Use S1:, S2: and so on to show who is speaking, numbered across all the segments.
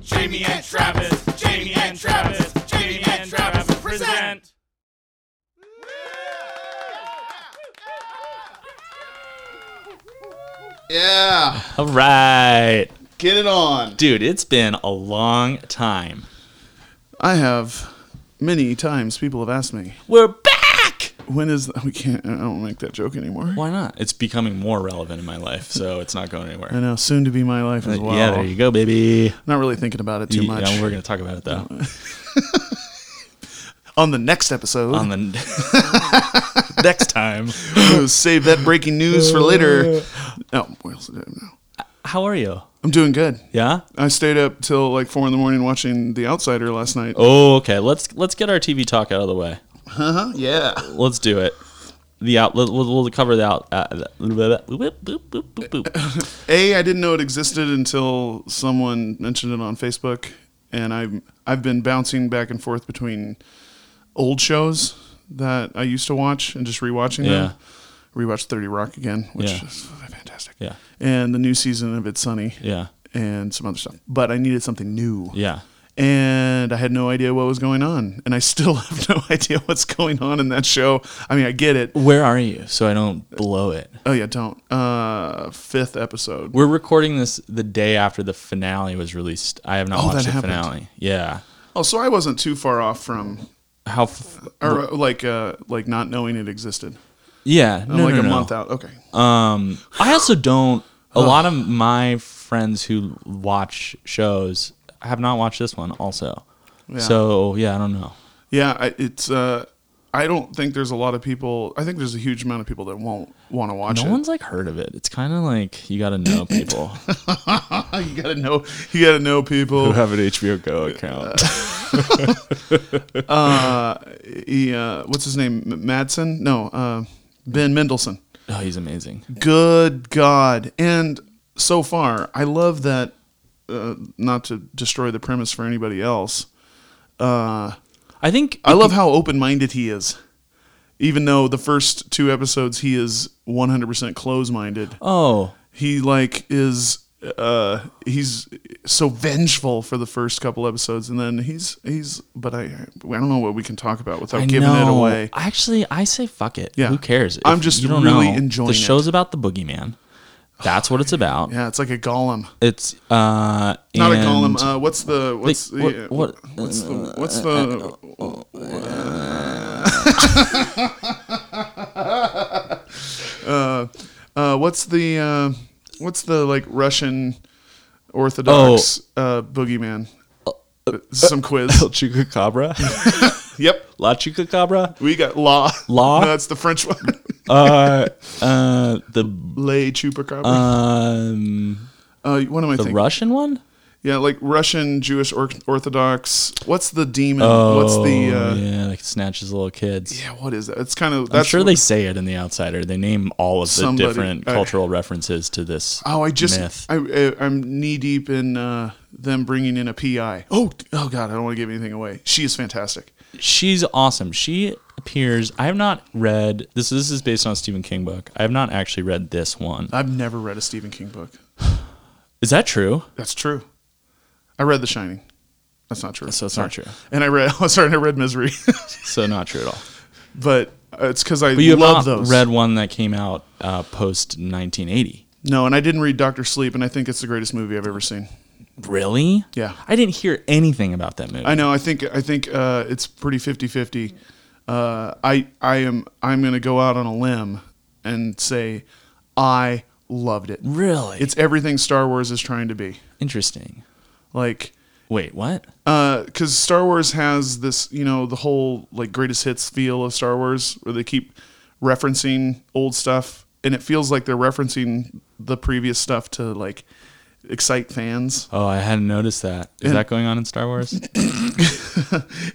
S1: Jamie and Travis, Jamie and Travis, Jamie and Travis present.
S2: Yeah,
S1: All right.
S2: get it on.
S1: Dude, it's been a long time.
S2: I have many times people have asked me,
S1: We're back!
S2: when is the, we can't. I don't make that joke anymore.
S1: Why not? It's becoming more relevant in my life, so it's not going anywhere.
S2: I know, soon to be my life as well.
S1: Uh, Yeah, there you go, baby.
S2: Not really thinking about it too
S1: Yeah,
S2: much.
S1: we're going to talk about it, though.
S2: on the next episode,
S1: On the next time.
S2: save that breaking news for later. No, what else did I know?
S1: How are you?
S2: I'm doing good.
S1: Yeah?
S2: I stayed up till like four in the morning watching The Outsider last night.
S1: Oh, okay. Let's let's get our TV talk out of the way.
S2: Uh-huh, yeah.
S1: Let's do it. The out. We'll, we'll cover the out. Uh, the- boop, boop, boop, boop, boop.
S2: A, I didn't know it existed until someone mentioned it on Facebook, and I've I've been bouncing back and forth between old shows that I used to watch and just rewatching them. Rewatched Thirty Rock again, which
S1: Yeah.
S2: is fantastic.
S1: Yeah.
S2: And the new season of It's Sunny
S1: Yeah.
S2: and some other stuff. But I needed something new.
S1: Yeah.
S2: And I had no idea what was going on. And I still have no idea what's going on in that show. I mean I get it.
S1: Where are you? So I don't blow it.
S2: Oh yeah, don't. Uh fifth episode.
S1: We're recording this the day after the finale was released. I have not
S2: Oh,
S1: watched
S2: that
S1: the
S2: happened.
S1: finale. Yeah.
S2: Oh, so I wasn't too far off from
S1: How? F-
S2: or uh, like uh like not knowing it existed
S1: yeah. No,
S2: I'm like
S1: no,
S2: a
S1: no.
S2: month out okay
S1: Um, I also don't. A lot of my friends who watch shows have not watched this one. Also. So yeah, I don't know.
S2: yeah I, it's uh i don't think there's a lot of people i think there's a huge amount of people that won't want to watch
S1: No
S2: it
S1: one's like heard of it. It's kind of like you got to know people.
S2: you gotta know you gotta know people
S1: have an HBO Go account.
S2: he, uh, what's his name M- madsen no uh, ben mendelsohn
S1: oh, he's amazing.
S2: good god and so far i love that uh, not to destroy the premise for anybody else
S1: I think
S2: I love how open minded he is. Even though the first two episodes he is 100% close minded,
S1: Oh,
S2: he like is uh he's so vengeful for the first couple episodes and then he's he's but I I don't know what we can talk about without
S1: I
S2: giving it
S1: know.
S2: away.
S1: Actually, I say fuck it.
S2: Yeah.
S1: Who cares?
S2: I'm
S1: If
S2: just really enjoying
S1: The
S2: it.
S1: show's about the boogeyman. That's what it's about.
S2: Yeah, it's like a golem.
S1: It's uh
S2: Not
S1: and
S2: a golem. Uh, what's the what's
S1: Wait,
S2: the,
S1: what- uh, what-
S2: what's the what's the uh, what's the uh, what's the like Russian Orthodox
S1: Oh.
S2: uh, boogeyman?
S1: Uh,
S2: Some quiz.
S1: Chupacabra?
S2: yep,
S1: La Chupacabra?
S2: we got law.
S1: Law?
S2: No, that's the French one.
S1: Uh, uh, the
S2: Lay chupacabra.
S1: um,
S2: Uh, what am I
S1: Uh, the
S2: thinking?
S1: Russian one?
S2: yeah, like Russian Jewish or- Orthodox. What's the demon? what's the
S1: Oh,
S2: uh, yeah.
S1: yeah, like snatches little kids.
S2: What is that? It's kind of.
S1: I'm
S2: That's
S1: sure they say it in The Outsider. They name all of the
S2: Somebody-
S1: different
S2: I-
S1: cultural references to this.
S2: Oh, I just
S1: myth.
S2: I, I I'm knee deep in uh, them bringing in a PI. Oh, oh God, I don't want to give anything away. She is fantastic.
S1: She's awesome. She appears. I have not read this. This is based on a Stephen King book. I have not actually read this one.
S2: I've never read a Stephen King book.
S1: Is that true?
S2: That's true. I read The Shining. That's not true.
S1: So it's not true.
S2: And I read. Oh, sorry, I read Misery,
S1: So not true at all.
S2: but uh, it's because I
S1: But you have
S2: love
S1: not
S2: those.
S1: read one that came out uh, post 1980.
S2: No, and I didn't read Doctor Sleep, and I think it's the greatest movie I've ever seen.
S1: Really?
S2: Yeah.
S1: I didn't hear anything about that movie.
S2: I know. I think I think uh, it's pretty 50-50. Uh, I I am I'm gonna go out on a limb and say I loved it.
S1: really?
S2: It's everything Star Wars is trying to be.
S1: interesting.
S2: Like,
S1: Wait, what?
S2: because Star Wars has this, you know, the whole like greatest hits feel of Star Wars, where they keep referencing old stuff, and it feels like they're referencing the previous stuff to like excite fans
S1: Oh, I hadn't noticed that. Is that going on in Star Wars?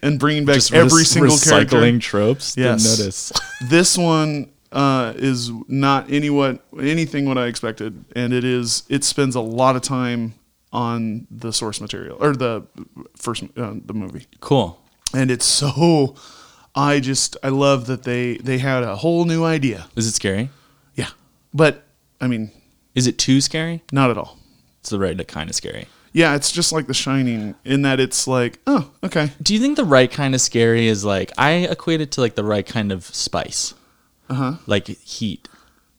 S2: and bringing back every
S1: Just
S2: single
S1: recycling
S2: character.
S1: tropes. Didn't
S2: Yes.
S1: notice.
S2: This one uh, is not any what anything what I expected, and it is it spends a lot of time on the source material or the first uh, the movie.
S1: Cool.
S2: and it's so i just i love that they they had a whole new idea
S1: Is it scary?
S2: yeah but i mean
S1: Is it too scary?
S2: not at all
S1: It's the right kind of scary.
S2: Yeah, it's just like The Shining in that it's like, oh, okay.
S1: Do you think the right kind of scary is like I equate it to like the right kind of spice, uh-huh. like heat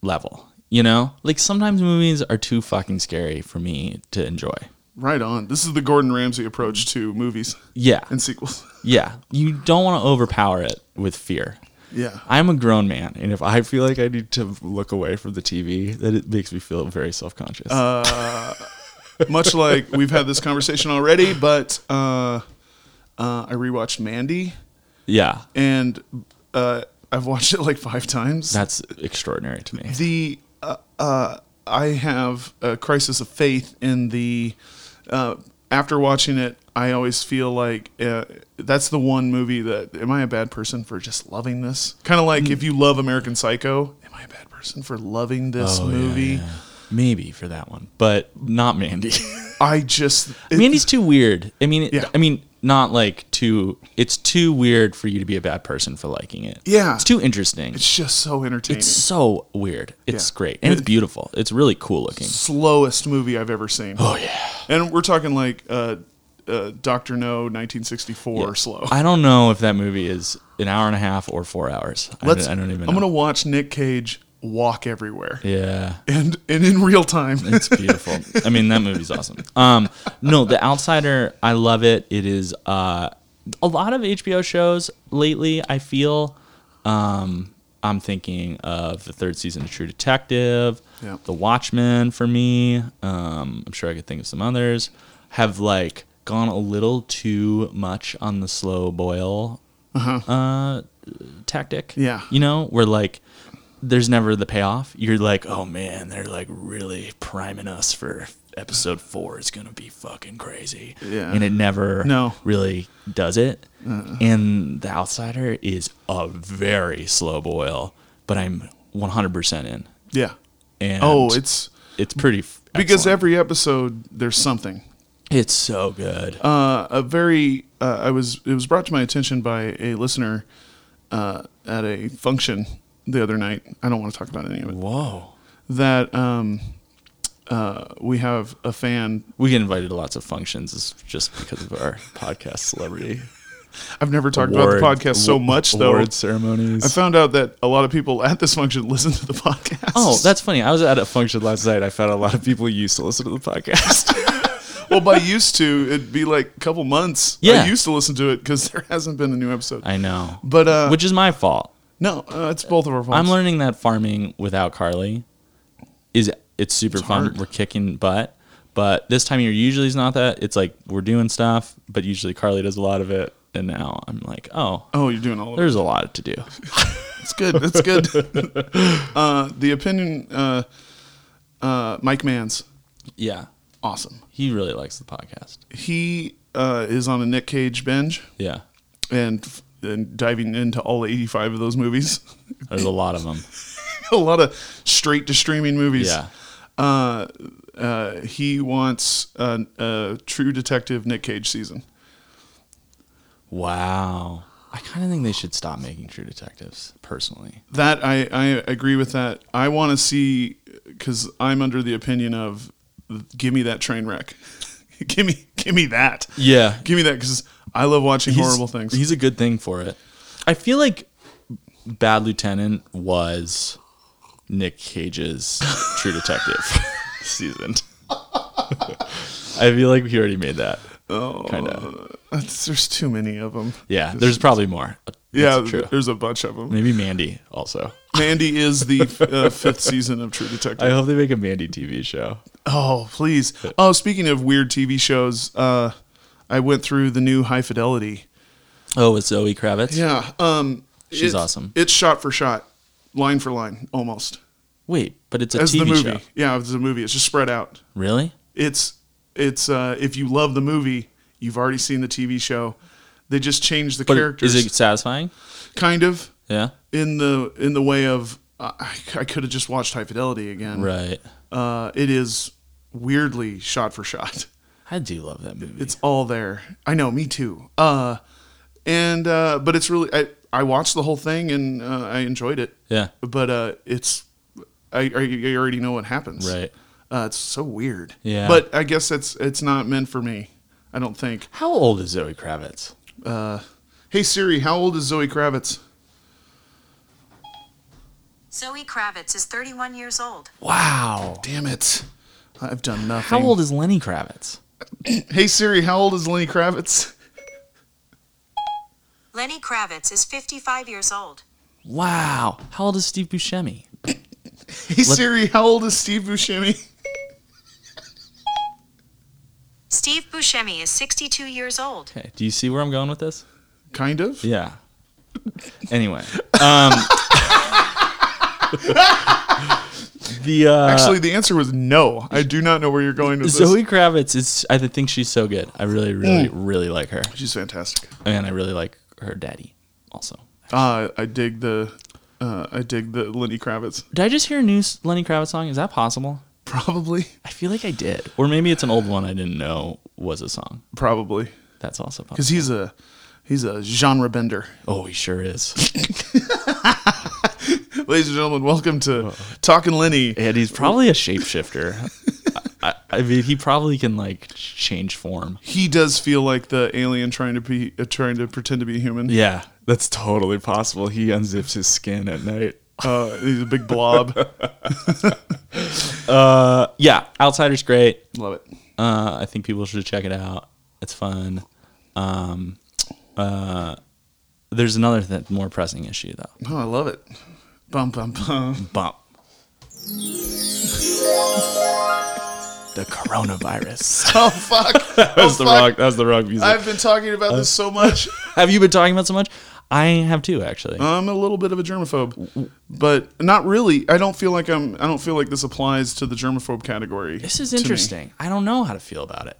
S1: level? You know, like sometimes movies are too fucking scary for me to enjoy.
S2: Right on. This is the Gordon Ramsay approach to movies
S1: Yeah,
S2: and sequels.
S1: yeah. You don't want to overpower it with fear.
S2: Yeah.
S1: I'm a grown man, and if I feel like I need to look away from the TV, that it makes me feel very self conscious.
S2: Much like we've had this conversation already, but uh, uh, I rewatched Mandy
S1: yeah,
S2: and uh, I've watched it like five times.
S1: that's extraordinary to me.
S2: the uh, uh, I have a crisis of faith in the. Uh, after watching it, I always feel like uh, that's the one movie that. Am I a bad person for just loving this? Kind of like
S1: Hmm.
S2: if you love American Psycho, am I a bad person for loving this
S1: Oh, yeah,
S2: movie?
S1: yeah. Maybe for that one, but not Mandy.
S2: I just. it-
S1: Mandy's too weird. I mean,
S2: Yeah.
S1: I mean, not like too. It's too weird for you to be a bad person for liking it.
S2: Yeah.
S1: it's too interesting. It's,
S2: It's just so entertaining.
S1: so weird. It's
S2: Yeah.
S1: great and it's beautiful. It's really cool looking.
S2: Slowest movie I've ever seen.
S1: Oh yeah.
S2: And we're talking like uh, uh, Dr. No 1964 slow.
S1: I don't know if that movie is an hour and a half or four hours. I
S2: Let's,
S1: don't- I, don't even. Know.
S2: I'm going to watch Nick Cage walk everywhere.
S1: Yeah.
S2: and and in real time.
S1: It's beautiful. I mean, that movie's awesome. Um, no, The Outsider, I love it. It is uh, a lot of HBO shows lately. I feel um, I'm thinking of the third season of True Detective,
S2: Yeah.
S1: The Watchmen for me. Um, I'm sure I could think of some others. Have like gone a little too much on the slow boil uh, tactic.
S2: Uh-huh. Yeah.
S1: You know, where like there's never the payoff. You're like, oh man, they're like really priming us for episode four. It's gonna be fucking crazy.
S2: Yeah.
S1: And it never
S2: No. Uh-uh.
S1: really does it. And The Outsider is a very slow boil, but I'm 100% in.
S2: yeah.
S1: And
S2: Oh, it's
S1: it's pretty f-
S2: because
S1: excellent.
S2: every episode there's something.
S1: it's so good.
S2: Uh, a very uh, I was it was brought to my attention by a listener uh, at a function the other night. I don't want to talk about any of it.
S1: Whoa.
S2: That um, uh, we have a fan.
S1: We get invited to lots of functions It's just because of our podcast celebrity.
S2: I've never talked
S1: award-
S2: about the podcast so much though.
S1: Award ceremonies.
S2: I found out that a lot of people at this function listen to the podcast.
S1: Oh, that's funny. I was at a function last night. I found a lot of people used to listen to the podcast.
S2: well, by used to, it'd be like a couple months.
S1: Yeah.
S2: I used to listen to it because there hasn't been a new episode.
S1: I know.
S2: But uh,
S1: Which is my fault.
S2: no, uh, it's both of our faults.
S1: I'm learning that farming without Carly is it's super fun.
S2: hard.
S1: We're kicking butt. But this time of year usually is not that. It's like we're doing stuff, but usually Carly does a lot of it. And now I'm like, oh,
S2: Oh, you're doing all of it.
S1: there's a lot to do.
S2: That's good. That's good. uh, the opinion, uh, uh, Mike Mann's
S1: Yeah.
S2: awesome.
S1: He really likes the podcast.
S2: He uh, is on a Nick Cage binge
S1: Yeah.
S2: and, f- and diving into all 85 of those movies.
S1: There's a lot of them.
S2: a lot of straight to streaming movies.
S1: Yeah.
S2: Uh, uh, he wants a, a True Detective Nick Cage season.
S1: Wow. I kind of think they should stop making True Detectives, personally.
S2: That I, I agree with that. I want to see because I'm under the opinion of give me that train wreck, give me give me that,
S1: Yeah.
S2: give me that because I love watching
S1: He's-
S2: horrible things.
S1: He's a good thing for it. I feel like Bad Lieutenant was Nick Cage's True Detective season. I feel like he already made that. Oh, kind of.
S2: That's- There's too many of them.
S1: Yeah, there's probably more. That's
S2: Yeah,
S1: true.
S2: there's a bunch of them.
S1: Maybe Mandy also.
S2: Mandy is the uh, fifth season of True
S1: I
S2: Detective.
S1: hope they make a Mandy TV show.
S2: Oh, please. Oh, speaking of weird TV shows, uh, I went through the new High Fidelity.
S1: Oh, with Zoe Kravitz.
S2: Yeah, um,
S1: She's
S2: it's-
S1: awesome.
S2: It's shot for shot, line for line, almost
S1: Wait, but it's a
S2: as
S1: TV
S2: the movie.
S1: show.
S2: Yeah, as the movie. It's just spread out.
S1: Really?
S2: it's it's uh, if you love the movie, you've already seen the TV show. They just changed the
S1: But
S2: characters,
S1: is it satisfying?
S2: kind of
S1: Yeah.
S2: in the in the way of uh, I, I could have just watched High Fidelity again.
S1: Right.
S2: Uh, it is weirdly shot for shot.
S1: I do love that movie.
S2: It's all there. I know, me too. Uh, and uh, but it's really I I watched the whole thing and uh, I enjoyed it.
S1: yeah.
S2: But uh, it's I, I I already know what happens.
S1: Right.
S2: Uh, it's so weird.
S1: Yeah.
S2: But I guess it's it's not meant for me. I don't think.
S1: How old is Zoe Kravitz?
S2: Uh, hey Siri, how old is Zoe Kravitz?
S3: Zoe Kravitz is 31 years old.
S1: Wow.
S2: Damn it. I've done nothing.
S1: How old is Lenny Kravitz?
S2: Hey Siri, how old is Lenny Kravitz?
S3: Lenny Kravitz is 55 years old.
S1: Wow. How old is Steve Buscemi?
S2: Hey Siri, how old is Steve Buscemi?
S3: Steve Buscemi is 62 years old.
S1: Okay. Do you see where I'm going with this?
S2: Kind of.
S1: Yeah. Anyway, um, the uh,
S2: Actually, the answer was no. I do not know where you're going with this. Mm.
S1: Zoe Kravitz is. I think she's so good. I really, really, really like her,
S2: She's fantastic.
S1: and I really like her daddy also.
S2: Uh, I dig the, uh, I dig the Lenny Kravitz.
S1: Did I just hear a new s- Lenny Kravitz song? Is that possible?
S2: Probably,
S1: I feel like I did, or maybe it's an old one I didn't know was a song.
S2: probably,
S1: That's also possible.
S2: because he's a, he's a genre bender.
S1: Oh, he sure is.
S2: Ladies and gentlemen, welcome to Talking Lenny.
S1: And he's probably a shapeshifter. I, I, I mean, he probably can like change form.
S2: He does feel like the alien trying to be, uh, trying to pretend to be human.
S1: Yeah, that's totally possible. He unzips his skin at night.
S2: Uh, he's a big blob.
S1: Yeah, Outsider's great.
S2: Love it.
S1: Uh, I think people should check it out. It's fun. Um, uh, there's another th- more pressing issue though.
S2: Oh, I love it. Bum bum bum.
S1: Bump. The coronavirus.
S2: Oh fuck.
S1: that was the wrong. That was the wrong music.
S2: I've been talking about this so much.
S1: have you been talking about so much? I have too, actually.
S2: I'm a little bit of a germaphobe, but not really. I don't feel like I'm. I don't feel like this applies to the germaphobe category.
S1: This is
S2: to me.
S1: interesting. I don't know how to feel about it.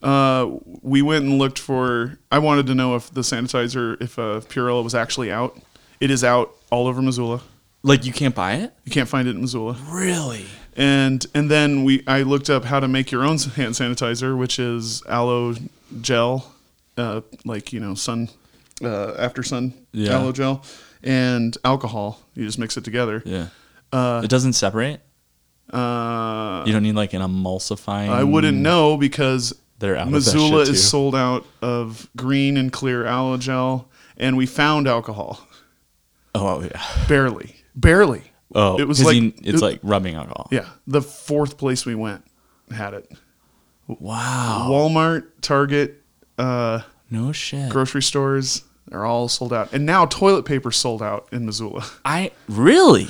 S2: Uh, we went and looked for. I wanted to know if the sanitizer, if uh, Purella was actually out. It is out all over Missoula.
S1: Like you can't buy it?
S2: You can't find it in Missoula.
S1: Really?
S2: And and then we, I looked up how to make your own hand sanitizer, which is aloe gel, uh, like you know sun, uh, after sun
S1: Yeah.
S2: aloe gel, and alcohol. You just mix it together.
S1: Yeah. it doesn't separate.
S2: Uh,
S1: You don't need like an emulsifying.
S2: I wouldn't know because
S1: Mm. They're out of that
S2: Missoula
S1: shit, too.
S2: is sold out of green and clear aloe gel, and we found alcohol
S1: Oh yeah.
S2: barely, barely.
S1: Oh,
S2: it was
S1: 'cause
S2: like
S1: you- it's
S2: it-
S1: like rubbing alcohol.
S2: yeah, the fourth place we went had it.
S1: Wow.
S2: Walmart, Target, uh,
S1: No shit.
S2: grocery stores are all sold out, and now toilet paper sold out in Missoula.
S1: I really.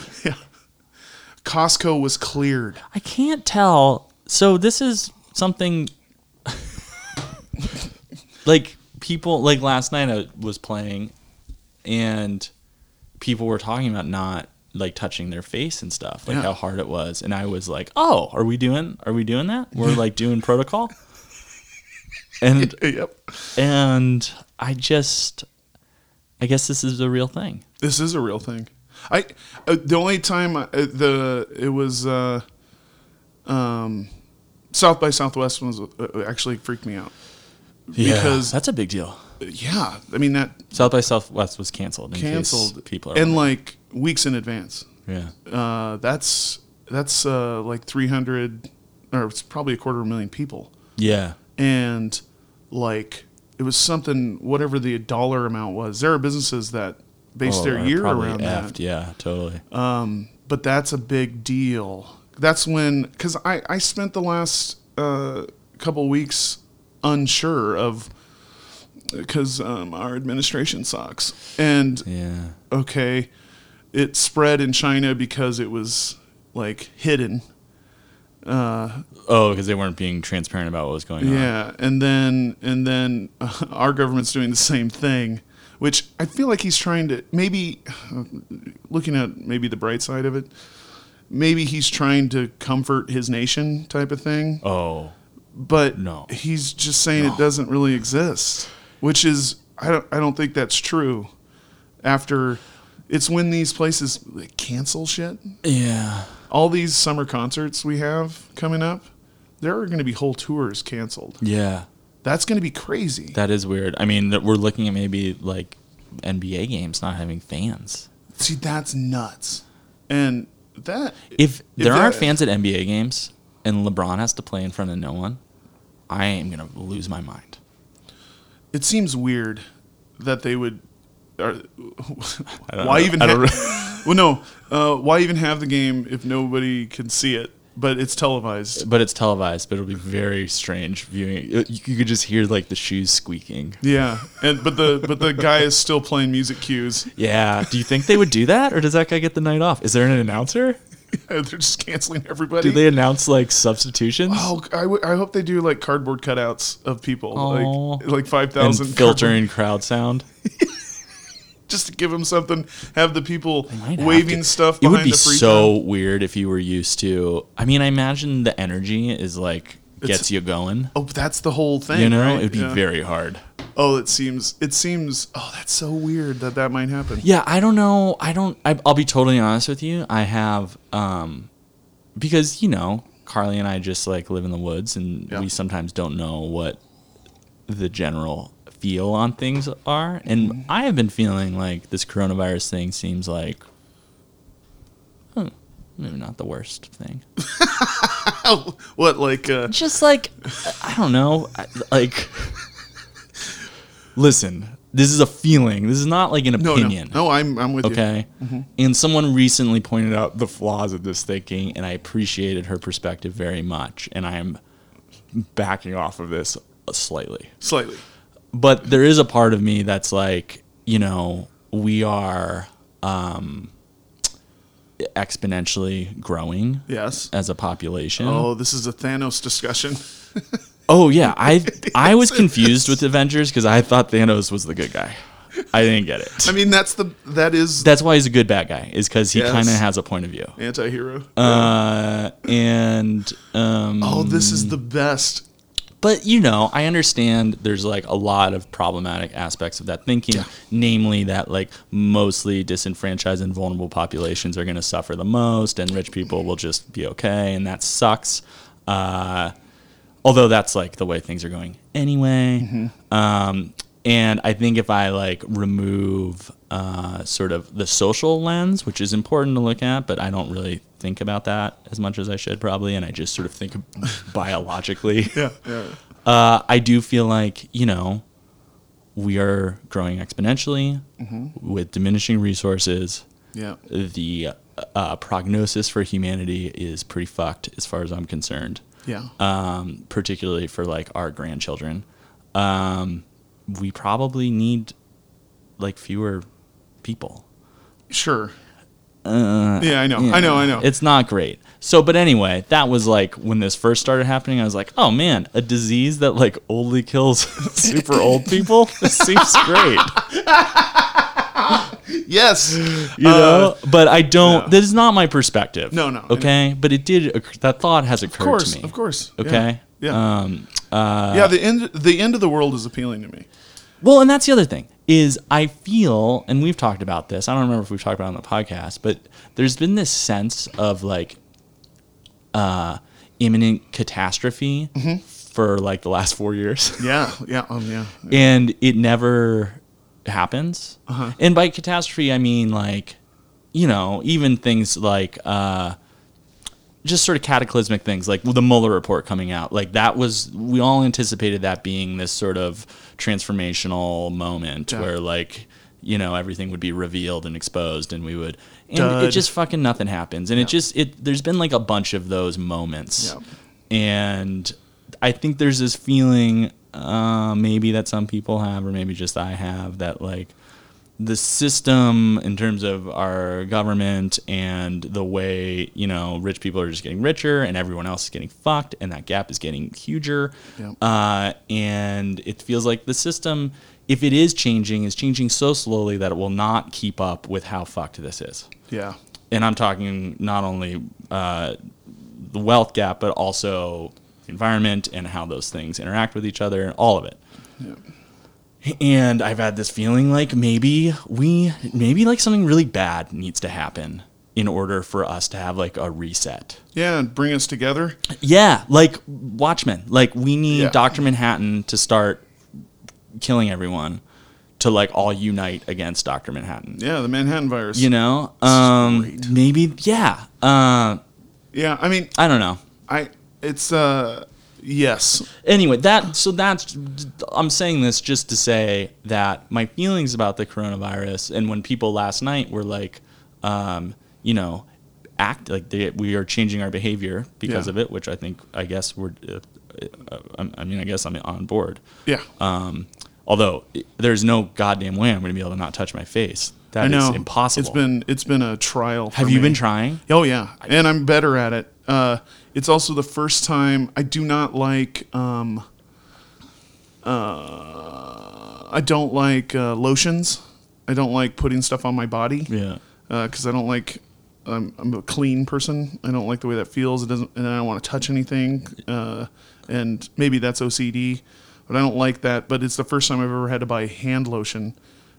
S2: Costco was cleared.
S1: I can't tell. So this is something like people like last night I was playing and people were talking about not like touching their face and stuff, like
S2: Yeah.
S1: how hard it was. And I was like, "Oh, are we doing are we doing that? We're like doing protocol?" And
S2: Yep,
S1: and I just I guess this is the real thing.
S2: this is a real thing. I uh, the only time I, uh, the it was. Uh, um, South by Southwest was uh, actually freaked me out. Because-
S1: that's a big deal.
S2: Yeah, I mean that
S1: South by Southwest was canceled. In
S2: canceled
S1: Canceled. People are
S2: and like weeks in advance.
S1: yeah.
S2: Uh, that's that's uh, like three hundred, or it's probably a quarter of a million people,
S1: Yeah.
S2: and like it was something whatever the dollar amount was. There are businesses that base
S1: Oh,
S2: their
S1: are
S2: year
S1: probably
S2: around
S1: effed,
S2: that, Uh,
S1: Yeah, totally.
S2: but that's a big deal. That's when because I I spent the last uh, couple weeks unsure of because um, our administration sucks and
S1: yeah.
S2: okay, it spread in China because it was like hidden.
S1: Oh, because they weren't being transparent about what was going on.
S2: Yeah, and then and then uh, our government's doing the same thing, which I feel like he's trying to maybe uh, looking at maybe the bright side of it. Maybe he's trying to comfort his nation type of thing,
S1: Oh,
S2: but
S1: no.
S2: he's just saying it doesn't really exist, which is I don't I don't think that's true. After it's when these places like, cancel shit.
S1: yeah.
S2: all these summer concerts we have coming up, there are going to be whole tours canceled.
S1: Yeah.
S2: That's going to be crazy.
S1: That is weird. I mean, that we're looking at maybe like NBA games not having fans.
S2: See, that's nuts. And that
S1: If there
S2: that-
S1: aren't fans at NBA games and LeBron has to play in front of no one, I am gonna lose my mind.
S2: It seems weird that they would. Or,
S1: don't
S2: why
S1: know.
S2: even?
S1: I don't
S2: ha- well, no. Uh, why even have the game if nobody can see it? But it's televised.
S1: But it's televised, but it'll be very strange viewing. Uh, You, you could just hear like the shoes squeaking.
S2: Yeah, and but the but the guy is still playing music cues.
S1: Yeah. Do you think they would do that, or does that guy get the night off? Is there an announcer?
S2: They're just canceling everybody.
S1: Do they announce like substitutions?
S2: Oh, I, w- I hope they do like cardboard cutouts of people,
S1: Aw.
S2: like like five
S1: and
S2: thousand
S1: filter in crowd sound.
S2: just to give them something. Have the people
S1: Might have
S2: waving
S1: to.
S2: stuff.
S1: It
S2: Behind
S1: would be
S2: the free
S1: so
S2: throw.
S1: weird if you were used to. I mean, I imagine the energy is like gets
S2: It's-
S1: you going.
S2: Oh, that's the whole thing.
S1: You know,
S2: right?
S1: it'd be
S2: Yeah.
S1: very hard.
S2: Oh, it seems. It seems. Oh, that's so weird that that might happen.
S1: Yeah, I don't know. I don't. I, I'll be totally honest with you. I have, um, because you know, Carly and I just like live in the woods, and
S2: Yeah.
S1: we sometimes don't know what the general feel on things are. And
S2: Mm-hmm.
S1: I have been feeling like this coronavirus thing seems like, huh, maybe not the worst thing.
S2: Oh, what like? Uh,
S1: just like I don't know, I- like. Listen, this is a feeling. This is not like an
S2: no,
S1: opinion.
S2: no, no. Mm-hmm. I'm I'm with you.
S1: Okay. And someone recently pointed out the flaws of this thinking, and I appreciated her perspective very much. And I'm backing off of this slightly.
S2: Slightly.
S1: But there is a part of me that's like, you know, we are um, exponentially growing
S2: Yes.
S1: as a population.
S2: Oh, this is a Thanos discussion.
S1: Oh yeah, I I was confused with Avengers because I thought Thanos was the good guy. I didn't get it.
S2: I mean, that's the that is
S1: That's why he's a good bad guy is because he
S2: Yes.
S1: kind of has a point of view.
S2: anti-hero.
S1: Uh, and um,
S2: oh, this is the best.
S1: but you know, I understand there's like a lot of problematic aspects of that thinking, namely that like mostly disenfranchised and vulnerable populations are going to suffer the most, and rich people will just be okay, and that sucks. Uh, although that's like the way things are going anyway. Um, and I think if I like remove uh, sort of the social lens, which is important to look at, but I don't really think about that as much as I should probably, and I just sort of think biologically.
S2: Yeah. yeah.
S1: Uh, I do feel like you know we are growing exponentially with diminishing resources.
S2: Yeah.
S1: The uh, prognosis for humanity is pretty fucked, as far as I'm concerned
S2: Yeah.
S1: um, particularly for like our grandchildren. Um, we probably need like fewer people.
S2: sure.
S1: uh,
S2: yeah, I know. I know. I know.
S1: It's not great. So, but anyway, that was like when this first started happening. I was like, oh man, a disease that like only kills super old people. This seems great,
S2: yes.
S1: you know. Uh, but I don't.
S2: no.
S1: That is not my perspective.
S2: No, no, I know.
S1: Okay, but it did. occur- That thought has occurred
S2: Of course.
S1: to me.
S2: Of course. Yeah.
S1: Okay. Um, uh,
S2: Yeah. yeah. The end. The end of the world is appealing to me.
S1: Well, and that's the other thing is I feel, and we've talked about this. I don't remember if we've talked about it on the podcast, but there's been this sense of like uh, imminent catastrophe
S2: Mm-hmm.
S1: for like the last four years,
S2: Yeah. Yeah. Um. Yeah. Uh-huh.
S1: and it never happens. And by catastrophe, I mean like you know even things like. Uh, just sort of cataclysmic things like the Mueller report coming out. Like that was we all anticipated that being this sort of transformational moment
S2: Yeah.
S1: where like you know everything would be revealed and exposed and we would and it
S2: Dud.
S1: just fucking nothing happens and it just it there's been like a bunch of those moments
S2: Yeah.
S1: and I think there's this feeling uh, maybe that some people have or maybe just I have that like the system in terms of our government and the way you know rich people are just getting richer and everyone else is getting fucked and that gap is getting huger
S2: Yep.
S1: uh, and it feels like the system if it is changing is changing so slowly that it will not keep up with how fucked this is
S2: Yeah.
S1: and i'm talking not only uh, the wealth gap but also the environment and how those things interact with each other all of it
S2: Yeah.
S1: and I've had this feeling like maybe we maybe like something really bad needs to happen in order for us to have like a reset.
S2: Yeah. And bring us together.
S1: Yeah, like Watchmen. Like we need
S2: Yeah.
S1: Dr. Manhattan to start killing everyone to like all unite against Dr. Manhattan.
S2: Yeah. The Manhattan virus.
S1: You know? Um
S2: great.
S1: maybe yeah. Uh,
S2: Yeah. I mean,
S1: I don't know.
S2: I It's uh yes.
S1: anyway that so that's i'm saying this just to say that my feelings about the coronavirus and when people last night were like um, you know act like they, we are changing our behavior because
S2: Yeah.
S1: of it which i think i guess we're uh, uh, I- i mean i guess i'm on board
S2: Yeah.
S1: Um, although i- there's no goddamn way i'm going to be able to not touch my face That
S2: I
S1: is
S2: know.
S1: impossible
S2: It's been it's been a trial. for
S1: have you
S2: me.
S1: been trying
S2: Oh yeah, and I'm better at it. Uh, it's also the first time I do not like. Um, uh, I don't like uh, lotions. I don't like putting stuff on my body
S1: yeah
S2: because Uh, I don't like. I'm, I'm a clean person. I don't like the way that feels. It doesn't, and I don't want to touch anything. Uh, and maybe that's OCD, but I don't like that. But it's the first time I've ever had to buy hand lotion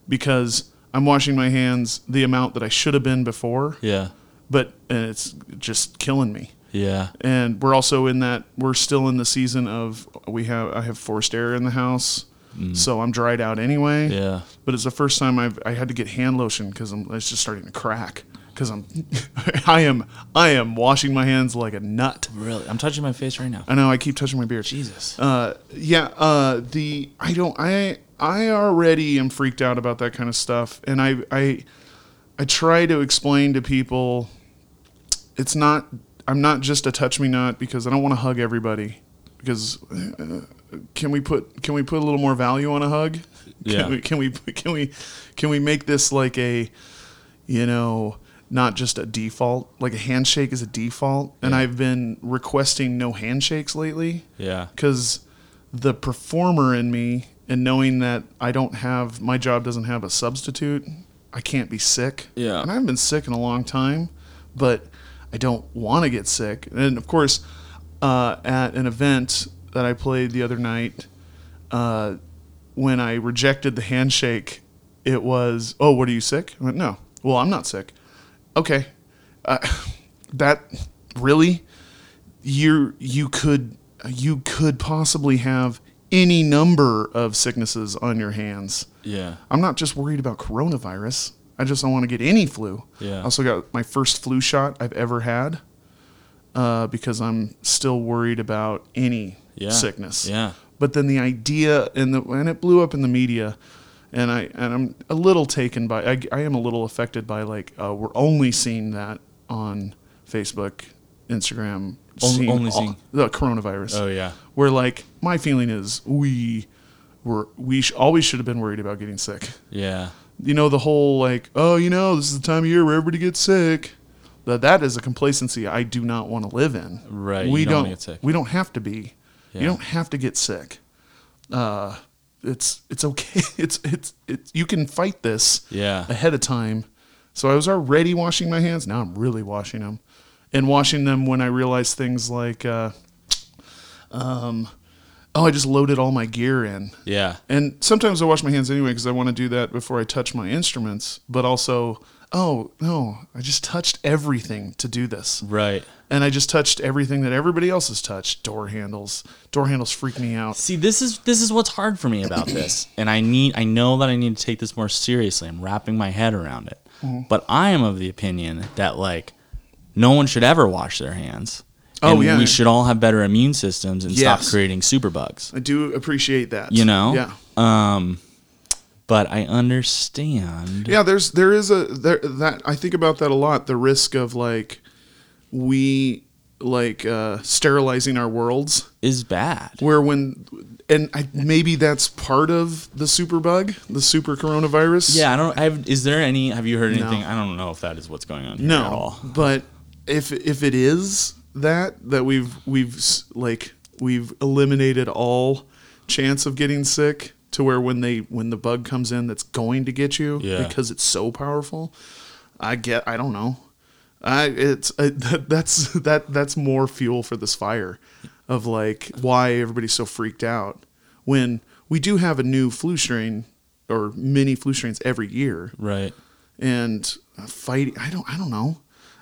S2: because I'm washing my hands the amount that I should have been before
S1: yeah
S2: but and it's just killing me.
S1: yeah
S2: And we're also in that we're still in the season of we have I have forced air in the house, so I'm dried out anyway.
S1: yeah
S2: But it's the first time I've I had to get hand lotion because I'm it's just starting to crack because I'm I am I am washing my hands like a nut.
S1: really i'm touching my face right now
S2: I know I keep touching my beard.
S1: jesus
S2: Uh, yeah. Uh, the I don't I I already am freaked out about that kind of stuff, and I I I try to explain to people it's not I'm not just a touch me not because I don't want to hug everybody because uh, can we put can we put a little more value on a hug?
S1: Yeah.
S2: Can we can we can we can we make this like a you know not just a default like a handshake is a default and I've been requesting no handshakes lately
S1: yeah
S2: because the performer in me and knowing that I don't have my job doesn't have a substitute, I can't be sick.
S1: Yeah.
S2: and I haven't been sick in a long time, but I don't want to get sick. And of course, uh, at an event that I played the other night, uh, when I rejected the handshake, it was, "Oh, what are you sick?" I went, "No." Well, I'm not sick. Okay, uh, that really you you could you could possibly have any number of sicknesses on your hands.
S1: yeah
S2: I'm not just worried about coronavirus. I just don't want to get any flu.
S1: Yeah.
S2: I also got my first flu shot I've ever had uh, because I'm still worried about any
S1: Yeah.
S2: sickness.
S1: Yeah.
S2: But then the idea and the and it blew up in the media, and I and I'm a little taken by I, I am a little affected by like uh, we're only seeing that on Facebook, Instagram.
S1: Only-
S2: seeing
S1: only
S2: all-
S1: seeing-
S2: the coronavirus.
S1: Oh, yeah.
S2: Where like my feeling is we were we sh- always should have been worried about getting sick
S1: yeah
S2: you know the whole like oh you know this is the time of year where everybody gets sick that that is a complacency i do not want to live in
S1: Right,
S2: we
S1: you don't
S2: don't,
S1: wanna get sick.
S2: we don't have to be
S1: Yeah.
S2: you don't have to get sick uh it's it's okay it's it's it's you can fight this
S1: Yeah.
S2: ahead of time so i was already washing my hands now i'm really washing them and washing them when i realized things like uh um oh i just loaded all my gear in
S1: yeah
S2: and sometimes I wash my hands anyway because I want to do that before I touch my instruments. But also, oh no, I just touched everything to do this,
S1: right
S2: and I just touched everything that everybody else has touched. Door handles, door handles freak me out.
S1: See, this is this is what's hard for me about this, and I need I know that I need to take this more seriously. I'm wrapping my head around it,
S2: Mm-hmm.
S1: but I am of the opinion that like no one should ever wash their hands.
S2: Oh,
S1: and
S2: yeah.
S1: we should all have better immune systems and
S2: Yes.
S1: stop creating superbugs.
S2: I do appreciate that.
S1: You know,
S2: yeah,
S1: Um, but I understand.
S2: yeah. There's there is a there that I think about that a lot. The risk of like we like uh, sterilizing our worlds.
S1: Is bad.
S2: where when and I, maybe that's part of the superbug, the super coronavirus.
S1: Yeah, I don't. I've, is there any? Have you heard anything? I don't know if that is what's going on. Here
S2: no,
S1: at all.
S2: but if if it is that that we've we've s- like we've eliminated all chance of getting sick to where when they when the bug comes in that's going to get you
S1: Yeah.
S2: because it's so powerful. I get I don't know. I it's I, that, that's that that's more fuel for this fire of like why everybody's so freaked out when we do have a new flu strain or many flu strains every year
S1: Right.
S2: and fighting. I don't. I don't know.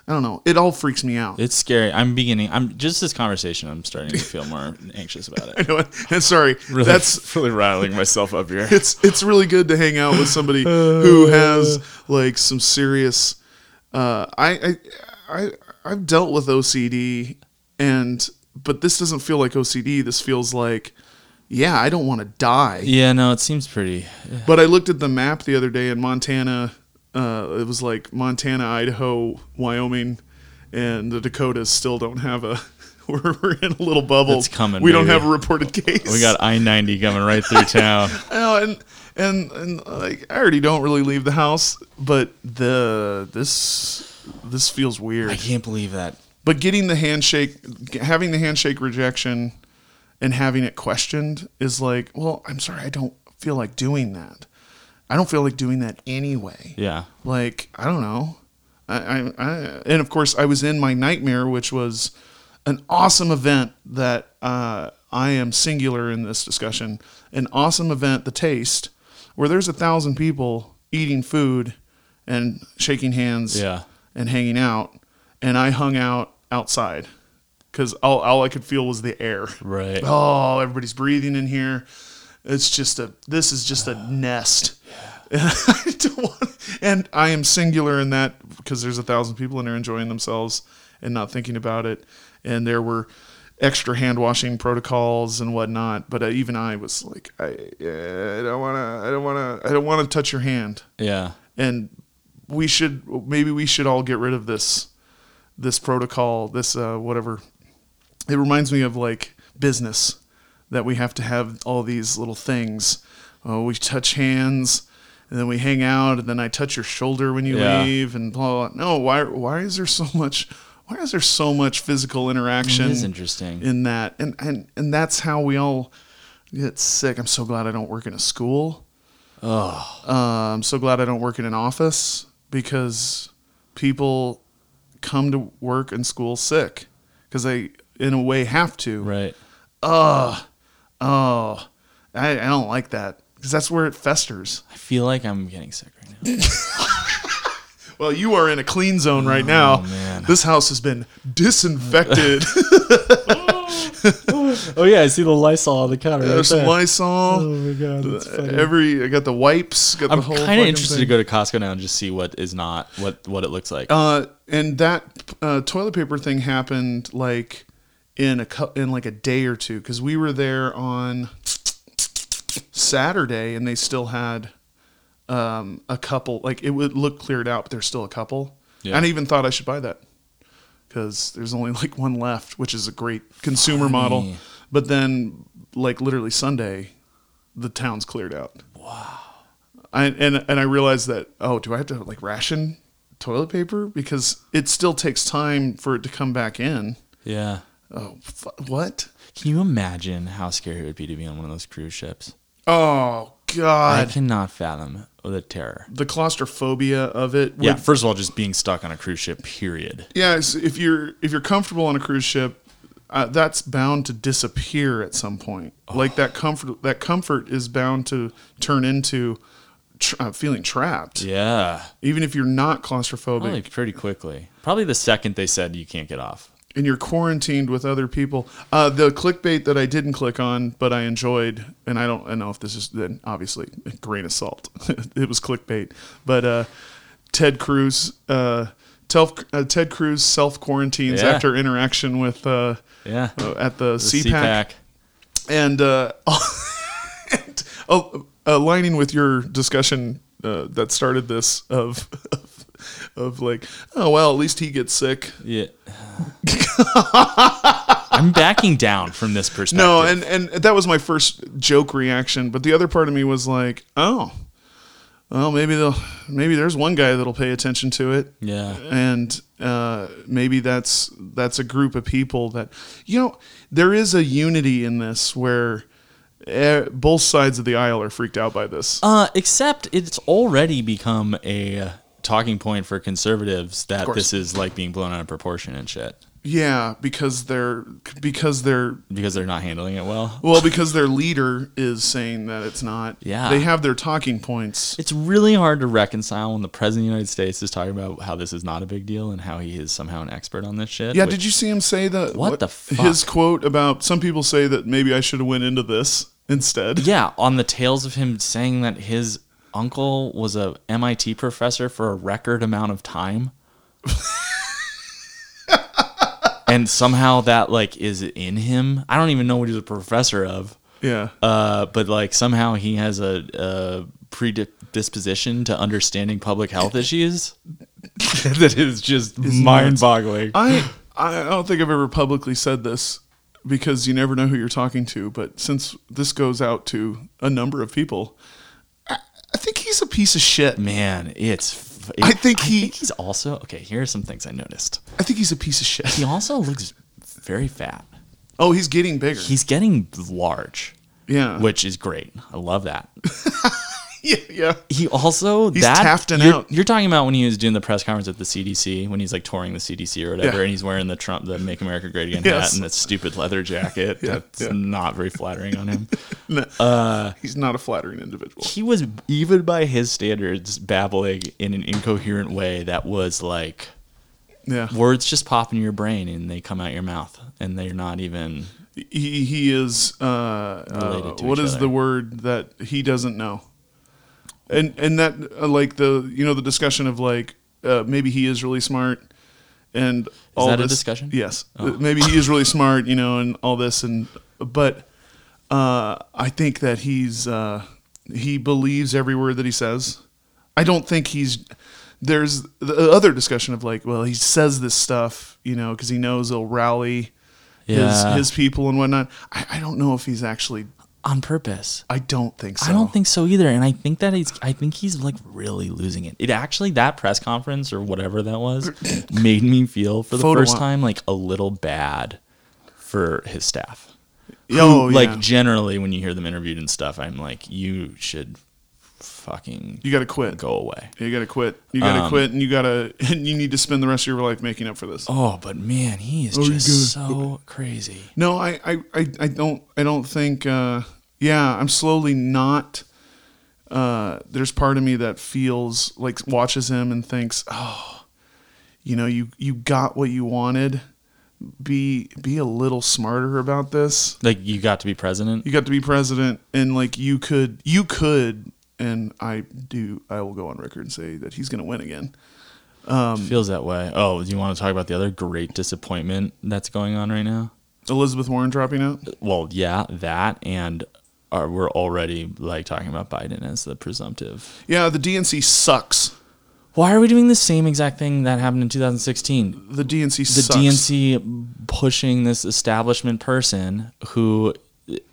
S2: I don't know. It all freaks me out.
S1: It's scary. I'm beginning. I'm just this conversation. I'm starting to feel more anxious about it.
S2: and sorry,
S1: Really,
S2: that's
S1: that's really riling myself up here.
S2: it's it's really good to hang out with somebody who has like some serious. Uh, I I I I've dealt with OCD and but this doesn't feel like OCD. This feels like, yeah, I don't want to die.
S1: Yeah, no, it seems pretty.
S2: But I looked at the map the other day in Montana. Uh, it was like Montana, Idaho, Wyoming, and the Dakotas still don't have a. We're, we're in a little bubble.
S1: It's coming,
S2: We don't
S1: baby.
S2: have a reported case.
S1: We got I ninety coming right through town.
S2: Oh, and and and like I already don't really leave the house, but the this this feels
S1: I
S2: weird.
S1: can't believe that.
S2: But getting the handshake, having the handshake rejection, and having it questioned is like, well, I'm sorry, I don't feel like doing that. I don't feel like doing that anyway
S1: Yeah.
S2: like I don't know. I, I, I and of course I was in my nightmare, which was an awesome event that uh, I am singular in this discussion. An awesome event, the taste, where there's a thousand people eating food and shaking hands,
S1: Yeah.
S2: and hanging out, and I hung out outside because all, all I could feel was the air.
S1: Right.
S2: Oh, everybody's breathing in here. It's just a. This is just a nest. I don't want, and I am singular in that because there's a thousand people in there enjoying themselves and not thinking about it. And there were extra hand washing protocols and whatnot. But uh, even I was like, I, uh, I don't want to, I don't want to, I don't want to touch your hand.
S1: Yeah.
S2: And we should, maybe we should all get rid of this, this protocol, this uh, whatever. It reminds me of like business that we have to have all these little things. Oh, we touch hands and then we hang out and then I touch your shoulder when you
S1: Yeah.
S2: leave and blah, blah, blah. No, why why is there so much why is there so much physical interaction
S1: It is interesting.
S2: in that? And and and that's how we all get sick. I'm so glad I don't work in a school. Oh. I'm so glad I don't work in an office because people come to work and school sick because they in a way have to
S1: Right.
S2: Oh, I, I don't like that because that's where it festers.
S1: I feel like I'm getting sick right now.
S2: Well, you are in a clean zone right now.
S1: Oh, man.
S2: This house has been disinfected.
S4: Oh yeah, I see the Lysol on the counter. right
S2: There's some
S4: there. Oh
S2: Lysol.
S4: my god, that's funny.
S2: Every I got the wipes. Got
S1: I'm
S2: the whole.
S1: kind of
S2: fucking
S1: interested to
S2: thing.
S1: go to Costco now and just see what is not what what it looks like.
S2: Uh, and that uh, toilet paper thing happened like in a cou- in like a day or two because we were there on Saturday and they still had um, a couple. Like it would look cleared out, but there's still a couple.
S1: Yeah.
S2: And I even thought I should buy that because there's only like one left, which is a great consumer model. But then, like literally Sunday, the town's cleared out. Wow. I, and and I realized that oh, do I have to like ration toilet paper because it still takes time for it to come back in.
S1: yeah.
S2: Oh, fu what?
S1: Can you imagine how scary it would be to be on one of those cruise ships?
S2: Oh
S1: I
S2: God,
S1: cannot fathom the terror.
S2: the claustrophobia of it.
S1: Yeah,
S2: would-
S1: first of all, just being stuck on a cruise ship, period.
S2: yeah. it's- If you're if you're comfortable on a cruise ship, uh, that's bound to disappear at some point. Like that
S1: Oh.
S2: comfort that comfort is bound to turn into tr uh, feeling trapped,
S1: Yeah.
S2: even if you're not claustrophobic.
S1: Probably pretty quickly. Probably the second they said you can't get off.
S2: and you're quarantined with other people. Uh, the clickbait that I didn't click on, but I enjoyed, and I don't I know if this is then obviously a grain of salt. it was clickbait, but uh, Ted Cruz, uh, telf, uh, Ted Cruz self quarantines
S1: Yeah.
S2: after interaction with uh,
S1: Yeah.
S2: uh, at the,
S1: The
S2: CPAC, and uh, and, oh, aligning with your discussion uh, that started this of. of of like, oh well, at least he gets sick.
S1: Yeah. I'm backing down from this perspective.
S2: No, and and that was my first joke reaction. But the other part of me was like, oh, well, maybe they'll maybe there's one guy that'll pay attention to it.
S1: Yeah.
S2: and uh, maybe that's that's a group of people that you know there is a unity in this where. eh, Both sides of the aisle are freaked out by this.
S1: Uh, except it's already become a talking point for conservatives that
S2: course.
S1: this is like being blown out of proportion and shit
S2: Yeah, because they're because they're
S1: because they're not handling it well.
S2: well because their leader is saying that it's not.
S1: Yeah.
S2: they have their talking points.
S1: It's really hard to reconcile when the president of the United States is talking about how this is not a big deal and how he is somehow an expert on this shit.
S2: Yeah,
S1: which-
S2: did you see him say the
S1: What the fuck?
S2: his quote about some people say that maybe I should have went into this instead.
S1: Yeah, on the tails of him saying that his uncle was a MIT professor for a record amount of time. and somehow that like is in him. I don't even know what he's a professor of.
S2: Yeah.
S1: Uh, but like somehow he has a, a predisposition to understanding public health issues that is just mind-boggling.
S2: I I don't think I've ever publicly said this because you never know who you're talking to. But since this goes out to a number of people, I, I think he's a piece of shit.
S1: Man, it's. f-
S2: I think he-
S1: he's also okay. Here are some things I noticed.
S2: I think he's a piece of shit.
S1: He also looks very fat.
S2: Oh, he's getting bigger.
S1: He's getting large,
S2: yeah.
S1: which is great. I love that.
S2: yeah. Yeah.
S1: He also
S2: He's
S1: that
S2: tafting
S1: you're,
S2: out.
S1: You're talking about when he was doing the press conference at the CDC when he's like touring the CDC or whatever,
S2: Yeah.
S1: and he's wearing the Trump, the Make America Great Again
S2: Yes.
S1: hat and that stupid leather jacket. That's
S2: yeah.
S1: not very flattering on him.
S2: He's not a flattering individual.
S1: he was even by his standards babbling in an incoherent way that was like
S2: Yeah.
S1: words just pop in your brain and they come out your mouth and they're not even
S2: He he is uh, uh
S1: Related to
S2: what
S1: each
S2: is
S1: other.
S2: the word that he doesn't know? And and that uh, like the you know the discussion of like uh, maybe he is really smart and all
S1: that a
S2: this-
S1: discussion? Oh.
S2: Yes. Uh, Maybe he is really smart, you know, and all this and but uh I think that he's uh he believes every word that he says. I don't think he's there's the other discussion of like, well, he says this stuff, you know, because he knows he'll rally
S1: Yeah.
S2: his his people and whatnot. I, I don't know if he's actually.
S1: on purpose.
S2: I don't think so.
S1: I don't think so either, and I think that he's. I think he's like really losing it. It actually that press conference or whatever that was made me feel for the
S2: Photo
S1: first
S2: op.
S1: time like a little bad for his staff.
S2: Yo,
S1: like
S2: yeah.
S1: generally when you hear them interviewed and stuff, I'm like, you should fucking
S2: you got to quit.
S1: go Um, away.
S2: You got to quit. You got to quit, and you got to. And you need to spend the rest of your life making up for this.
S1: Oh, but man, he is
S2: you
S1: just so crazy.
S2: No, I, I, I, I don't. I don't think. Uh, yeah, I'm slowly not. Uh, there's part of me that feels like watches him and thinks, oh, you know, you you got what you wanted. Be be a little smarter about this.
S1: Like you got to be president.
S2: you got to be president and like you could you could and i do i will go on record and say that he's going to win again
S1: feels that way. Oh, do you want to talk about the other great disappointment that's going on right now?
S2: elizabeth warren dropping out
S1: Well, yeah, that and are, we're already like talking about Biden as the presumptive.
S2: yeah the dnc sucks
S1: Why are we doing the same exact thing that happened in 2016?
S2: the dnc
S1: The
S2: sucks
S1: DNC pushing this establishment person who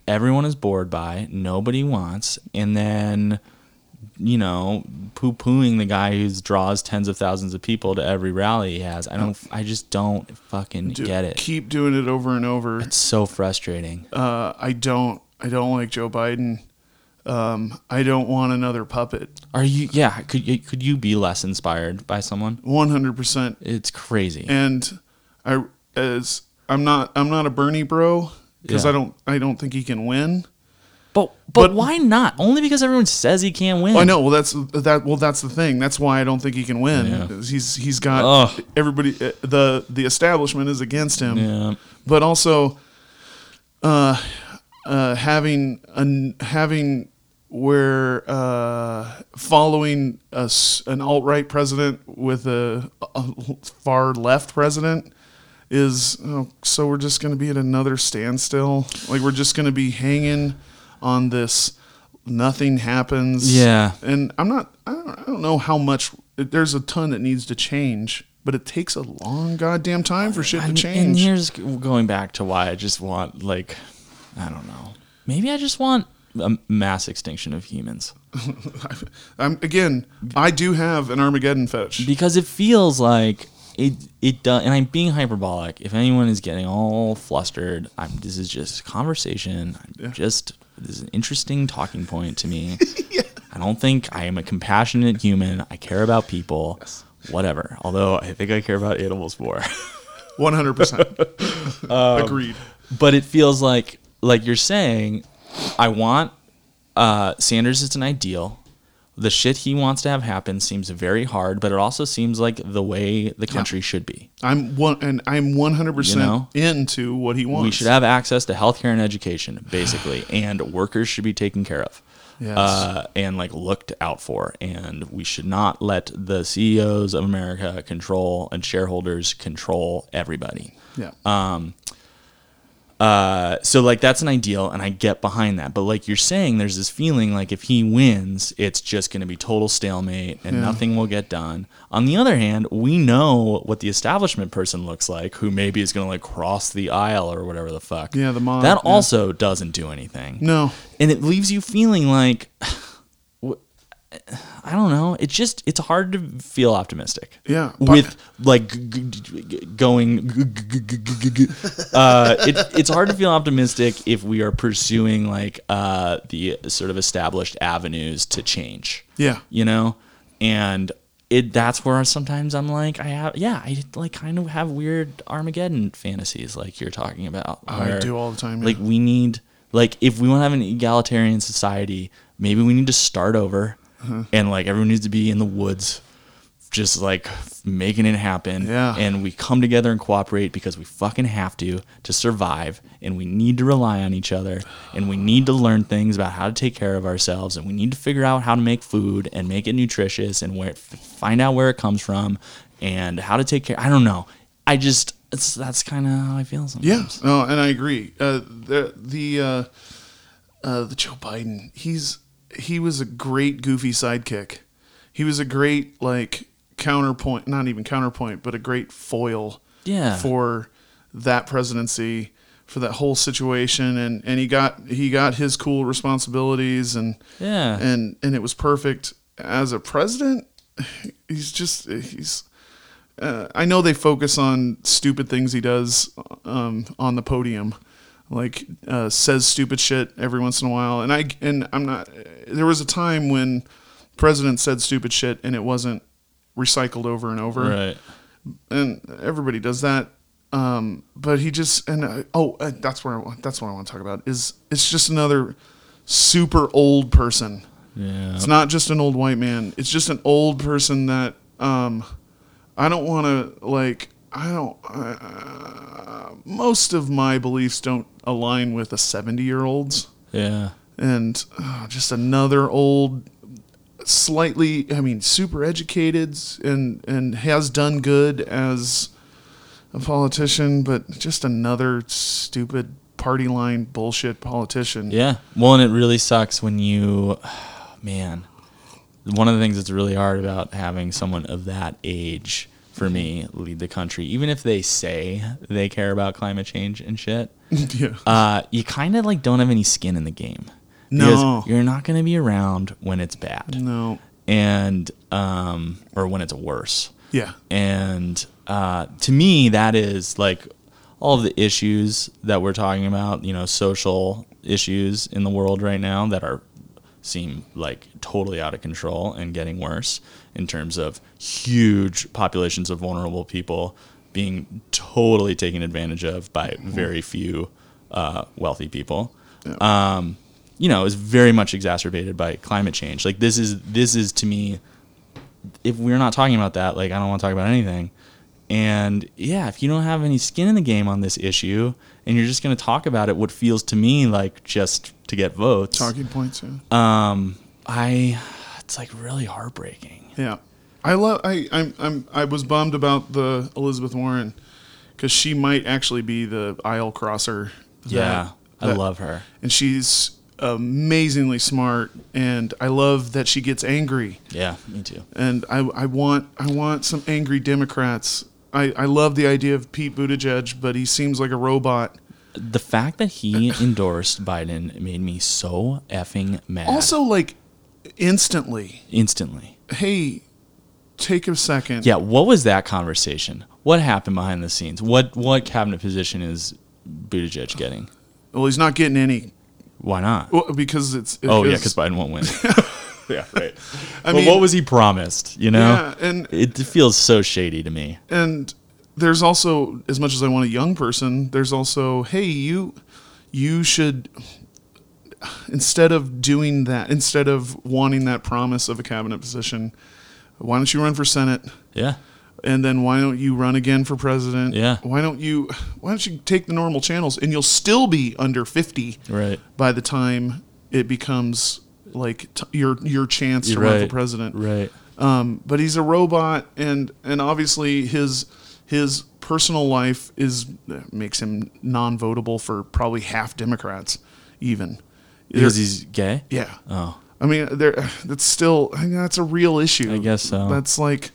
S1: everyone is bored by, nobody wants, and then you know, poo pooing the guy who draws tens of thousands of people to every rally he has. I don't. I just don't fucking
S2: Do-
S1: get it.
S2: keep doing it over and over
S1: It's so frustrating.
S2: uh, i don't i don't like joe biden um, i don't want another puppet
S1: Are you? Yeah. Could you, could you be less inspired by someone?
S2: 100%
S1: It's crazy.
S2: and i as i'm not i'm not a bernie bro because
S1: Yeah.
S2: i don't i don't think he can win
S1: but, but
S2: but-
S1: why not? Only because everyone says he can't win.
S2: Well, I know. Well, that's that. Well, that's the thing. That's why I don't think he can win.
S1: Yeah.
S2: He's he's got
S1: Ugh.
S2: everybody. uh, the The establishment is against him.
S1: Yeah.
S2: But also, uh, uh, having an having where uh, following a, s- an alt right president with a, a far left president is oh, so we're just going to be at another standstill. Like we're just going to be hanging on this. Nothing happens.
S1: Yeah.
S2: and I'm not. I don't, I don't know how much. There's a ton that needs to change, but it takes a long goddamn time for shit
S1: I
S2: to
S1: mean,
S2: change.
S1: And here's going back to why I just want like, I don't know. Maybe I just want a mass extinction of humans
S2: I'm Um, again. I do have an Armageddon fetish.
S1: because it feels like it. It does, and I'm being hyperbolic. If anyone is getting all flustered, I'm. This is just a conversation. I'm just this is an interesting talking point to me. I don't think I am a compassionate human. I care about people. Whatever. Although I think I care about animals more.
S2: One hundred percent
S1: Um,
S2: agreed.
S1: but it feels like like you're saying i want uh sanders is an ideal the shit he wants to have happen seems very hard but it also seems like the way the country should be
S2: I'm one, and I'm one hundred
S1: You
S2: percent
S1: know?
S2: into what he wants.
S1: we should have access to healthcare and education basically and workers should be taken care of
S2: Yes.
S1: uh, and like looked out for. And we should not let the CEOs of America control and shareholders control everybody.
S2: Yeah.
S1: Uh, so like that's an ideal, and I get behind that. But like you're saying, there's this feeling like if he wins, it's just going to be total stalemate, and nothing will get done. On the other hand, we know what the establishment person looks like, who maybe is going to like cross the aisle or whatever the fuck.
S2: Yeah, the mob,
S1: That
S2: yeah.
S1: also doesn't do anything
S2: no.
S1: and it leaves you feeling like wh- I don't know. It's just it's hard to feel optimistic.
S2: Yeah, but-
S1: With like g- g- g- g- going g- g- g- g- g- g- uh it, it's hard to feel optimistic if we are pursuing like uh the sort of established avenues to change.
S2: Yeah.
S1: You know? And it that's where sometimes I'm like I have yeah, I like kind of have weird Armageddon fantasies like you're talking about.
S2: I
S1: where,
S2: do all the time, yeah.
S1: Like we need like if we want to have an egalitarian society maybe we need to start over
S2: Uh-huh.
S1: and like everyone needs to be in the woods just like making it happen
S2: Yeah.
S1: and we come together and cooperate because we fucking have to to survive and we need to rely on each other and we need to learn things about how to take care of ourselves and we need to figure out how to make food and make it nutritious and where find out where it comes from and how to take care I don't know I just it's, that's kind of how I feel sometimes
S2: Yeah. No, and I agree. Uh, the the uh, uh, the Joe Biden, he's he was a great goofy sidekick. He was a great like counterpoint, not even counterpoint, but a great foil.
S1: Yeah.
S2: For that presidency, for that whole situation, and and he got he got his cool responsibilities, and
S1: Yeah.
S2: and and it was perfect as a president. He's just he's uh, I know they focus on stupid things he does um, on the podium, like uh, says stupid shit every once in a while. And I and I'm not. There was a time when president said stupid shit and it wasn't recycled over and over,
S1: right
S2: and everybody does that. Um, but he just and uh, oh, uh, that's where I, wa- that's what I want to talk about is it's just another super old person.
S1: yeah
S2: It's not just an old white man. It's just an old person that um, I don't want to like. I don't. Uh, most of my beliefs don't align with a seventy-year-old's,
S1: yeah
S2: and uh, just another old, slightly. I mean, super educated and and has done good as a politician, but just another stupid party line bullshit politician.
S1: Yeah. Well, and it really sucks when you, man. One of the things that's really hard about having someone of that age for me lead the country, even if they say they care about climate change and shit,
S2: yeah.
S1: uh, you kind of like don't have any skin in the game.
S2: No.
S1: Because you're not going to be around when it's bad,
S2: no.
S1: and um, or when it's worse.
S2: Yeah.
S1: And uh, to me, that is like all of the issues that we're talking about, you know, social issues in the world right now that are seem like totally out of control and getting worse in terms of huge populations of vulnerable people being totally taken advantage of by very few uh, wealthy people um, you know, is very much exacerbated by climate change. Like this is this is to me, if we're not talking about that, like I don't want to talk about anything. And yeah, if you don't have any skin in the game on this issue, and you're just going to talk about it, what feels to me like just to get votes,
S2: Talking points. Yeah.
S1: um, I, it's like really heartbreaking.
S2: Yeah, I love. I I'm, I'm I was bummed about the Elizabeth Warren because she might actually be the aisle crosser. that-
S1: yeah, I
S2: that-
S1: love her.
S2: and she's amazingly smart, and I love that she gets angry.
S1: Yeah, me too.
S2: And I I want I want some angry Democrats. I, I love the idea of Pete Buttigieg, but he seems like a robot.
S1: The fact that he endorsed Biden made me so effing mad.
S2: Also, like instantly,
S1: instantly.
S2: hey, take a second.
S1: Yeah, what was that conversation? What happened behind the scenes? What what cabinet position is Buttigieg getting?
S2: Well, he's not getting any
S1: Why not?
S2: well, because it's
S1: oh yeah,
S2: it's-
S1: because Biden won't win. yeah, right.
S2: I
S1: but
S2: mean-
S1: what was he promised? You know,
S2: Yeah, and-
S1: it feels so shady to me.
S2: and there's also as much as I want a young person, there's also hey you you should instead of doing that, instead of wanting that promise of a cabinet position, why don't you run for senate?
S1: Yeah,
S2: And then why don't you run again for president?
S1: Yeah.
S2: Why don't you why don't you take the normal channels and you'll still be under 50
S1: right.
S2: by the time it becomes like t- your your chance to run for president.
S1: Right.
S2: Um, but he's a robot, and and obviously his his personal life is makes him non-votable for probably half Democrats, even
S1: Because
S2: There-
S1: he's gay?
S2: yeah.
S1: Oh.
S2: I mean, there. That's still. I mean, that's a real issue.
S1: I guess so.
S2: That's like,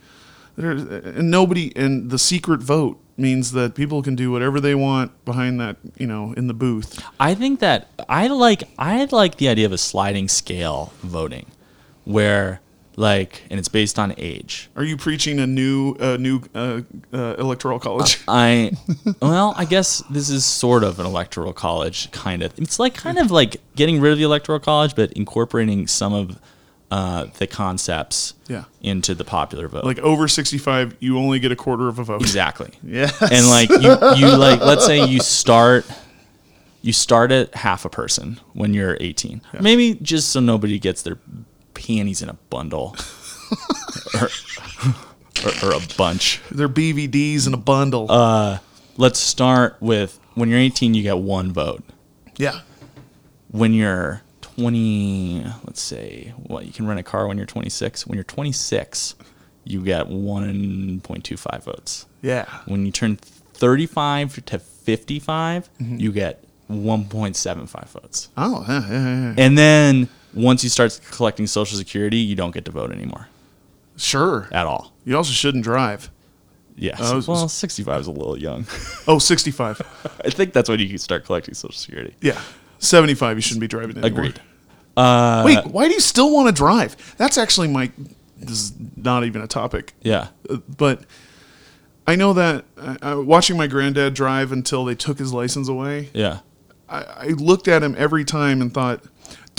S2: there. And nobody. And the secret vote means that people can do whatever they want behind that. You know, in the booth.
S1: I think that I like I like the idea of a sliding scale voting where like and it's based on age.
S2: Are you preaching a new, a new uh, uh, electoral college?
S1: I well, I guess this is sort of an electoral college kind of. It's like kind of like getting rid of the electoral college, but incorporating some of uh, the concepts
S2: Yeah.
S1: into the popular vote.
S2: like over sixty-five, you only get a quarter of a vote.
S1: exactly.
S2: Yes.
S1: And like you, you like let's say you start you start at half a person when you're 18. Maybe just so nobody gets their panties in a bundle or, or, or a bunch.
S2: They're BVDs in a bundle.
S1: Let's start with when you're 18 you get one vote.
S2: yeah.
S1: when you're 20 let's say well you can rent a car when you're 26 when you're 26 you get 1.25 votes
S2: Yeah.
S1: when you turn 35 to 55 you get 1.75 votes
S2: Oh. Yeah, yeah, yeah, yeah.
S1: and then once you start collecting social security you don't get to vote anymore
S2: Sure.
S1: at all
S2: You also shouldn't drive.
S1: yes
S2: I was-
S1: well 65 is a little young
S2: Oh, 65.
S1: i think that's when you start collecting social security
S2: Yeah. 75, you shouldn't be driving anymore. Uh,
S1: agreed
S2: Wait, why do you still want to drive? That's actually my. This is not even a topic,
S1: yeah
S2: uh, but I know that uh, uh, watching my granddad drive until they took his license away,
S1: yeah
S2: I, I looked at him every time and thought,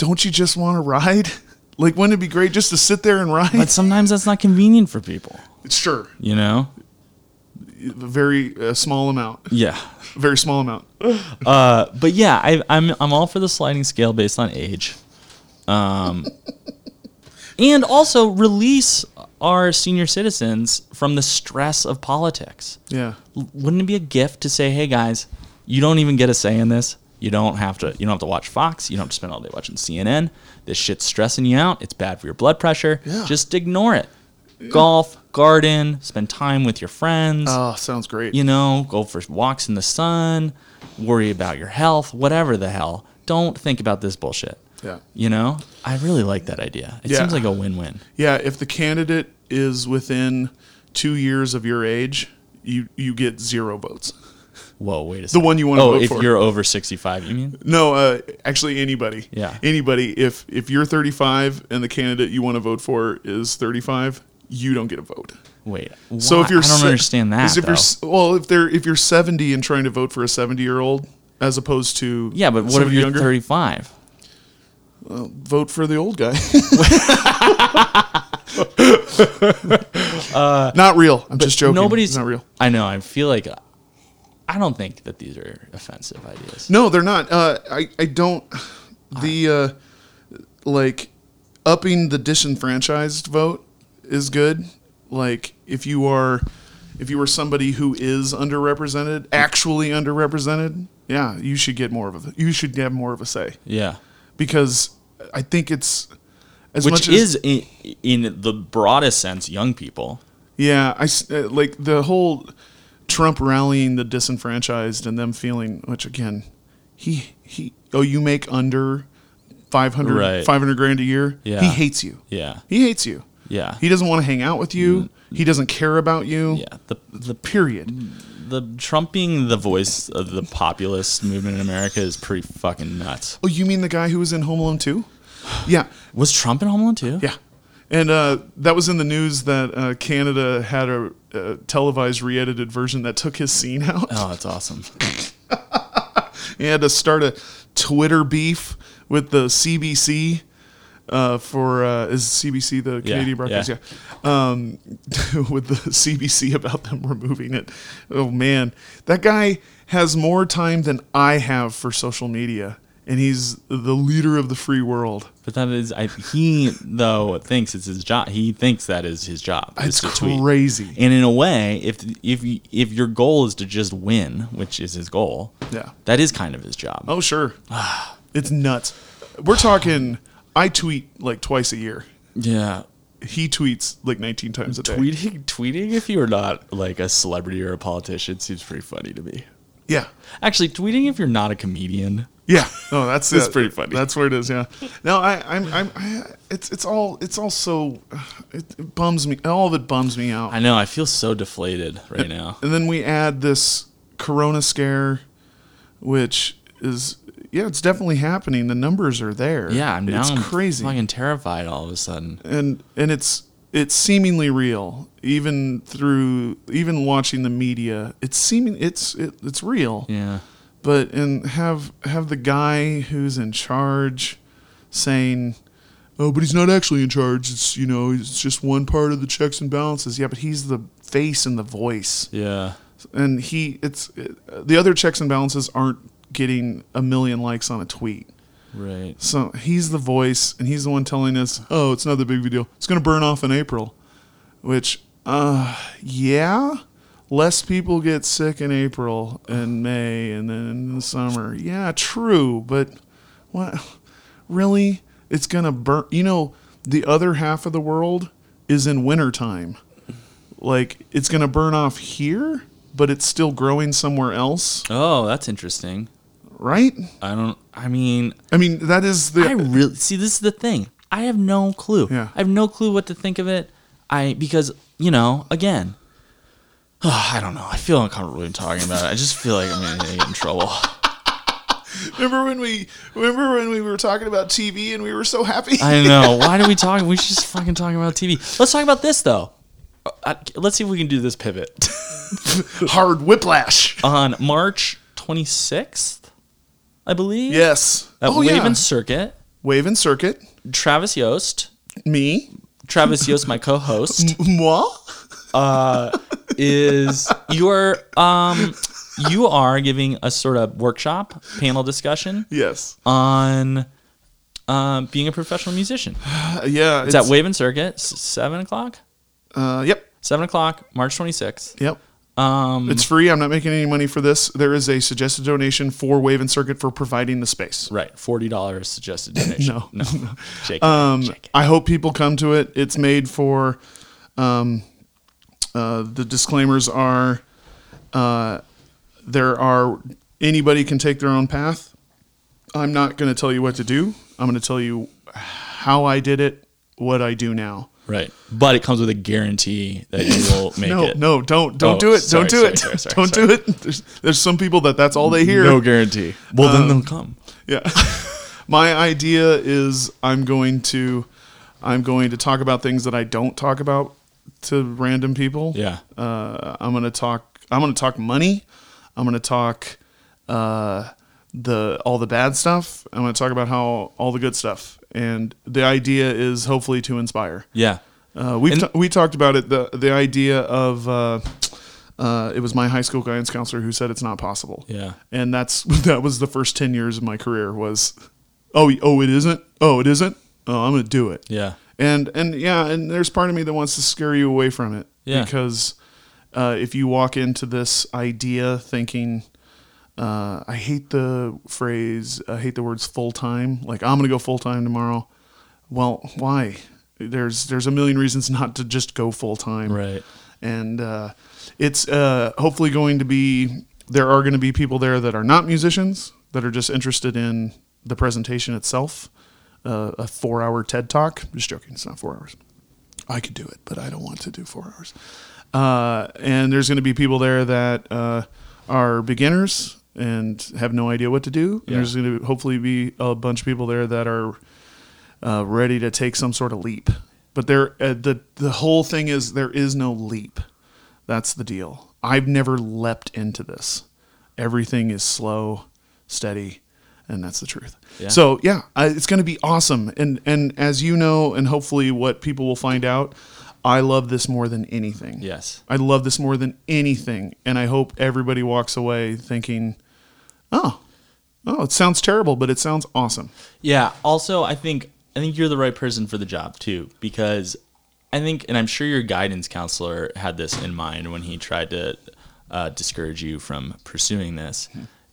S2: "Don't you just want to ride? Like, wouldn't it be great just to sit there and ride?"
S1: but sometimes that's not convenient for people
S2: sure,
S1: you know
S2: a very uh, small amount,
S1: yeah
S2: very small amount.
S1: but yeah, I, I'm I'm all for the sliding scale based on age, um, and also release our senior citizens from the stress of politics.
S2: Yeah,
S1: L- Wouldn't it be a gift to say, "Hey guys, you don't even get a say in this. You don't have to. You don't have to watch Fox. You don't have to spend all day watching CNN. This shit's stressing you out. It's bad for your blood pressure.
S2: Yeah.
S1: Just ignore it. Golf, garden, spend time with your friends."
S2: oh, sounds great.
S1: you know, go for walks in the sun, worry about your health, whatever the hell. Don't think about this bullshit.
S2: Yeah.
S1: You know, I really like that idea. It
S2: Yeah.
S1: seems like a win-win.
S2: Yeah, if the candidate is within two years of your age, you you get zero votes.
S1: Whoa, wait a
S2: The
S1: second.
S2: one you want to
S1: Oh,
S2: vote
S1: if
S2: for.
S1: you're over 65, you mean?
S2: no, uh, actually anybody.
S1: Yeah.
S2: anybody. If if you're 35 and the candidate you want to vote for is 35, you don't get a vote.
S1: Wait.
S2: So
S1: why?
S2: if you're
S1: I don't
S2: se-
S1: understand that.
S2: is if
S1: though.
S2: you're s- well, if they're if you're 70 and trying to vote for a 70 year old as opposed to
S1: yeah, but what if
S2: somebody
S1: you're
S2: younger,
S1: 35?
S2: vote for the old guy. not real. I'm just joking.
S1: Nobody's
S2: not real.
S1: I know. I feel like I don't think that these are offensive ideas.
S2: No, they're not. Uh, I I don't the uh, like upping the disenfranchised vote is good. Like if you are if you are somebody who is underrepresented, actually underrepresented, yeah, you should get more of a you should have more of a say
S1: Yeah.
S2: because I think it's as
S1: Which
S2: much
S1: is
S2: as
S1: in, in the broadest sense young people.
S2: yeah, I s- uh, like the whole Trump rallying the disenfranchised and them feeling which again he he oh you make under 500
S1: Right.
S2: 500 grand a year
S1: Yeah.
S2: he hates you
S1: Yeah.
S2: he hates you
S1: Yeah. Mm.
S2: he doesn't want to hang out with you he doesn't care about you
S1: yeah. Mm. The the
S2: period
S1: The Trump being the voice of the populist movement in America is pretty fucking nuts.
S2: oh you mean the guy who was in Home Alone 2 yeah
S1: Was Trump in Home Alone too?
S2: Yeah. And uh, that was in the news that uh, Canada had a uh, televised re edited version that took his scene out.
S1: Oh, that's awesome.
S2: He had to start a Twitter beef with the CBC. Uh, for uh, is CBC the Canadian broadcast?
S1: yeah.
S2: Yeah, Um, with the CBC about them removing it. Oh man, that guy has more time than I have for social media, and he's the leader of the free world.
S1: But that is, I, he though thinks it's his job. He thinks that is his job. is
S2: It's
S1: to tweet.
S2: crazy.
S1: And in a way, if if you- if your goal is to just win, which is his goal,
S2: Yeah.
S1: that is kind of his job.
S2: Oh, sure. it's nuts. We're talking I tweet like twice a year.
S1: Yeah.
S2: He tweets like 19 times a day.
S1: Tweeting, tweeting, if you're not like a celebrity or a politician, seems pretty funny to me.
S2: Yeah.
S1: Actually, tweeting if you're not a comedian.
S2: Yeah. No, that's
S1: It's
S2: it.
S1: pretty funny.
S2: That's where it is. Yeah. No, I, I'm, I'm, I, it's, it's all, it's all so, uh, it, it bums me. All of it bums me out.
S1: I know. I feel so deflated right now.
S2: And then we add this Corona scare, which is, yeah, it's definitely happening. The numbers are there.
S1: Yeah, I'm now
S2: it's
S1: I'm
S2: crazy.
S1: fucking terrified all of a sudden.
S2: and and it's it's seemingly real even through even watching the media it's seeming it's it, it's real
S1: Yeah.
S2: but and have have the guy who's in charge saying oh but he's not actually in charge it's you know it's just one part of the checks and balances yeah but he's the face and the voice
S1: Yeah.
S2: and he it's it, the other checks and balances aren't getting a million likes on a tweet
S1: Right.
S2: so he's the voice, and he's the one telling us, "Oh, it's not that big of a deal. It's going to burn off in April," which, uh, yeah, less people get sick in April and May, and then in the summer. Yeah, true, but what? Really? It's going to burn. You know, the other half of the world is in wintertime. Like it's going to burn off here, but it's still growing somewhere else,
S1: Oh, that's interesting.
S2: right?
S1: I don't. I mean,
S2: I mean, that is the
S1: I really see. This is the thing. I have no clue.
S2: Yeah.
S1: I have no clue what to think of it. I because you know again. I don't know. I feel uncomfortable even talking about it. I just feel like I'm gonna get in trouble.
S2: Remember when we remember when we were talking about TV and we were so happy?
S1: I know. Why do we talk? We should just fucking talking about TV. Let's talk about this though. Uh, I, let's see if we can do this pivot.
S2: Hard whiplash.
S1: On March 26th, I believe.
S2: Yes.
S1: At
S2: oh
S1: Wave
S2: yeah.
S1: and Circuit,
S2: Wave and circuit.
S1: Travis Yost,
S2: Me.
S1: Travis Yost, my co-host,
S2: Moi.
S1: is you're um you are giving a sort of workshop panel discussion
S2: Yes.
S1: on um, being a professional musician.
S2: Uh, yeah.
S1: It's at Wave and Circuit, s- seven o'clock.
S2: Uh, yep.
S1: Seven o'clock, March 26th.
S2: Yep.
S1: Um,
S2: It's free. I'm not making any money for this. There is a suggested donation for Wave and Circuit for providing the space.
S1: Right, forty dollars suggested donation.
S2: No.
S1: no, shake it,
S2: Um,
S1: shake it.
S2: I hope people come to it. It's made for. Um, uh, the disclaimers are, uh, there are anybody can take their own path. I'm not going to tell you what to do. I'm going to tell you how I did it, what I do now.
S1: Right, but it comes with a guarantee that you will make
S2: no,
S1: it.
S2: no, don't, don't
S1: Oh,
S2: do it.
S1: sorry,
S2: don't do
S1: sorry,
S2: it.
S1: sorry, sorry,
S2: don't do it. There's, there's some people that that's all they hear.
S1: no guarantee. Um, Well, then they'll come.
S2: Yeah. My idea is I'm going to I'm going to talk about things that I don't talk about to random people.
S1: Yeah.
S2: Uh, I'm going to talk I'm going to talk money. I'm going to talk uh, the all the bad stuff. I'm going to talk about how all the good stuff. And the idea is hopefully to inspire.
S1: Yeah,
S2: Uh, we've
S1: And-
S2: ta- we talked about it. the The idea of uh, uh, it was my high school guidance counselor who said it's not possible.
S1: Yeah.
S2: and that's that was the first ten years of my career was, oh y- oh it isn't oh it isn't oh I'm gonna do it
S1: yeah,
S2: and and yeah and there's part of me that wants to scare you away from it
S1: Yeah.
S2: because uh, if you walk into this idea thinking. Uh, I hate the phrase. I hate the words full time. Like I'm gonna go full time tomorrow. Well, why? There's there's a million reasons not to just go full time.
S1: Right.
S2: And uh, it's uh, hopefully going to be there are going to be people there that are not musicians that are just interested in the presentation itself. Uh, a four hour TED talk. Just joking. It's not four hours. I could do it, but I don't want to do four hours. Uh, and there's going to be people there that uh, are beginners and have no idea what to do. And there's going to hopefully be a bunch of people there that are uh, ready to take some sort of leap. But there, uh, the the whole thing is there is no leap. That's the deal. I've never leapt into this. Everything is slow, steady, and that's the truth.
S1: Yeah.
S2: So yeah, I, it's going to be awesome. And and as you know, and hopefully what people will find out, I love this more than anything.
S1: Yes.
S2: I love this more than anything, and I hope everybody walks away thinking, oh, oh, it sounds terrible, but it sounds awesome.
S1: yeah. Also, I think I think you're the right person for the job too, because I think, and I'm sure your guidance counselor had this in mind when he tried to
S2: Hmm.
S1: uh, discourage you from pursuing this.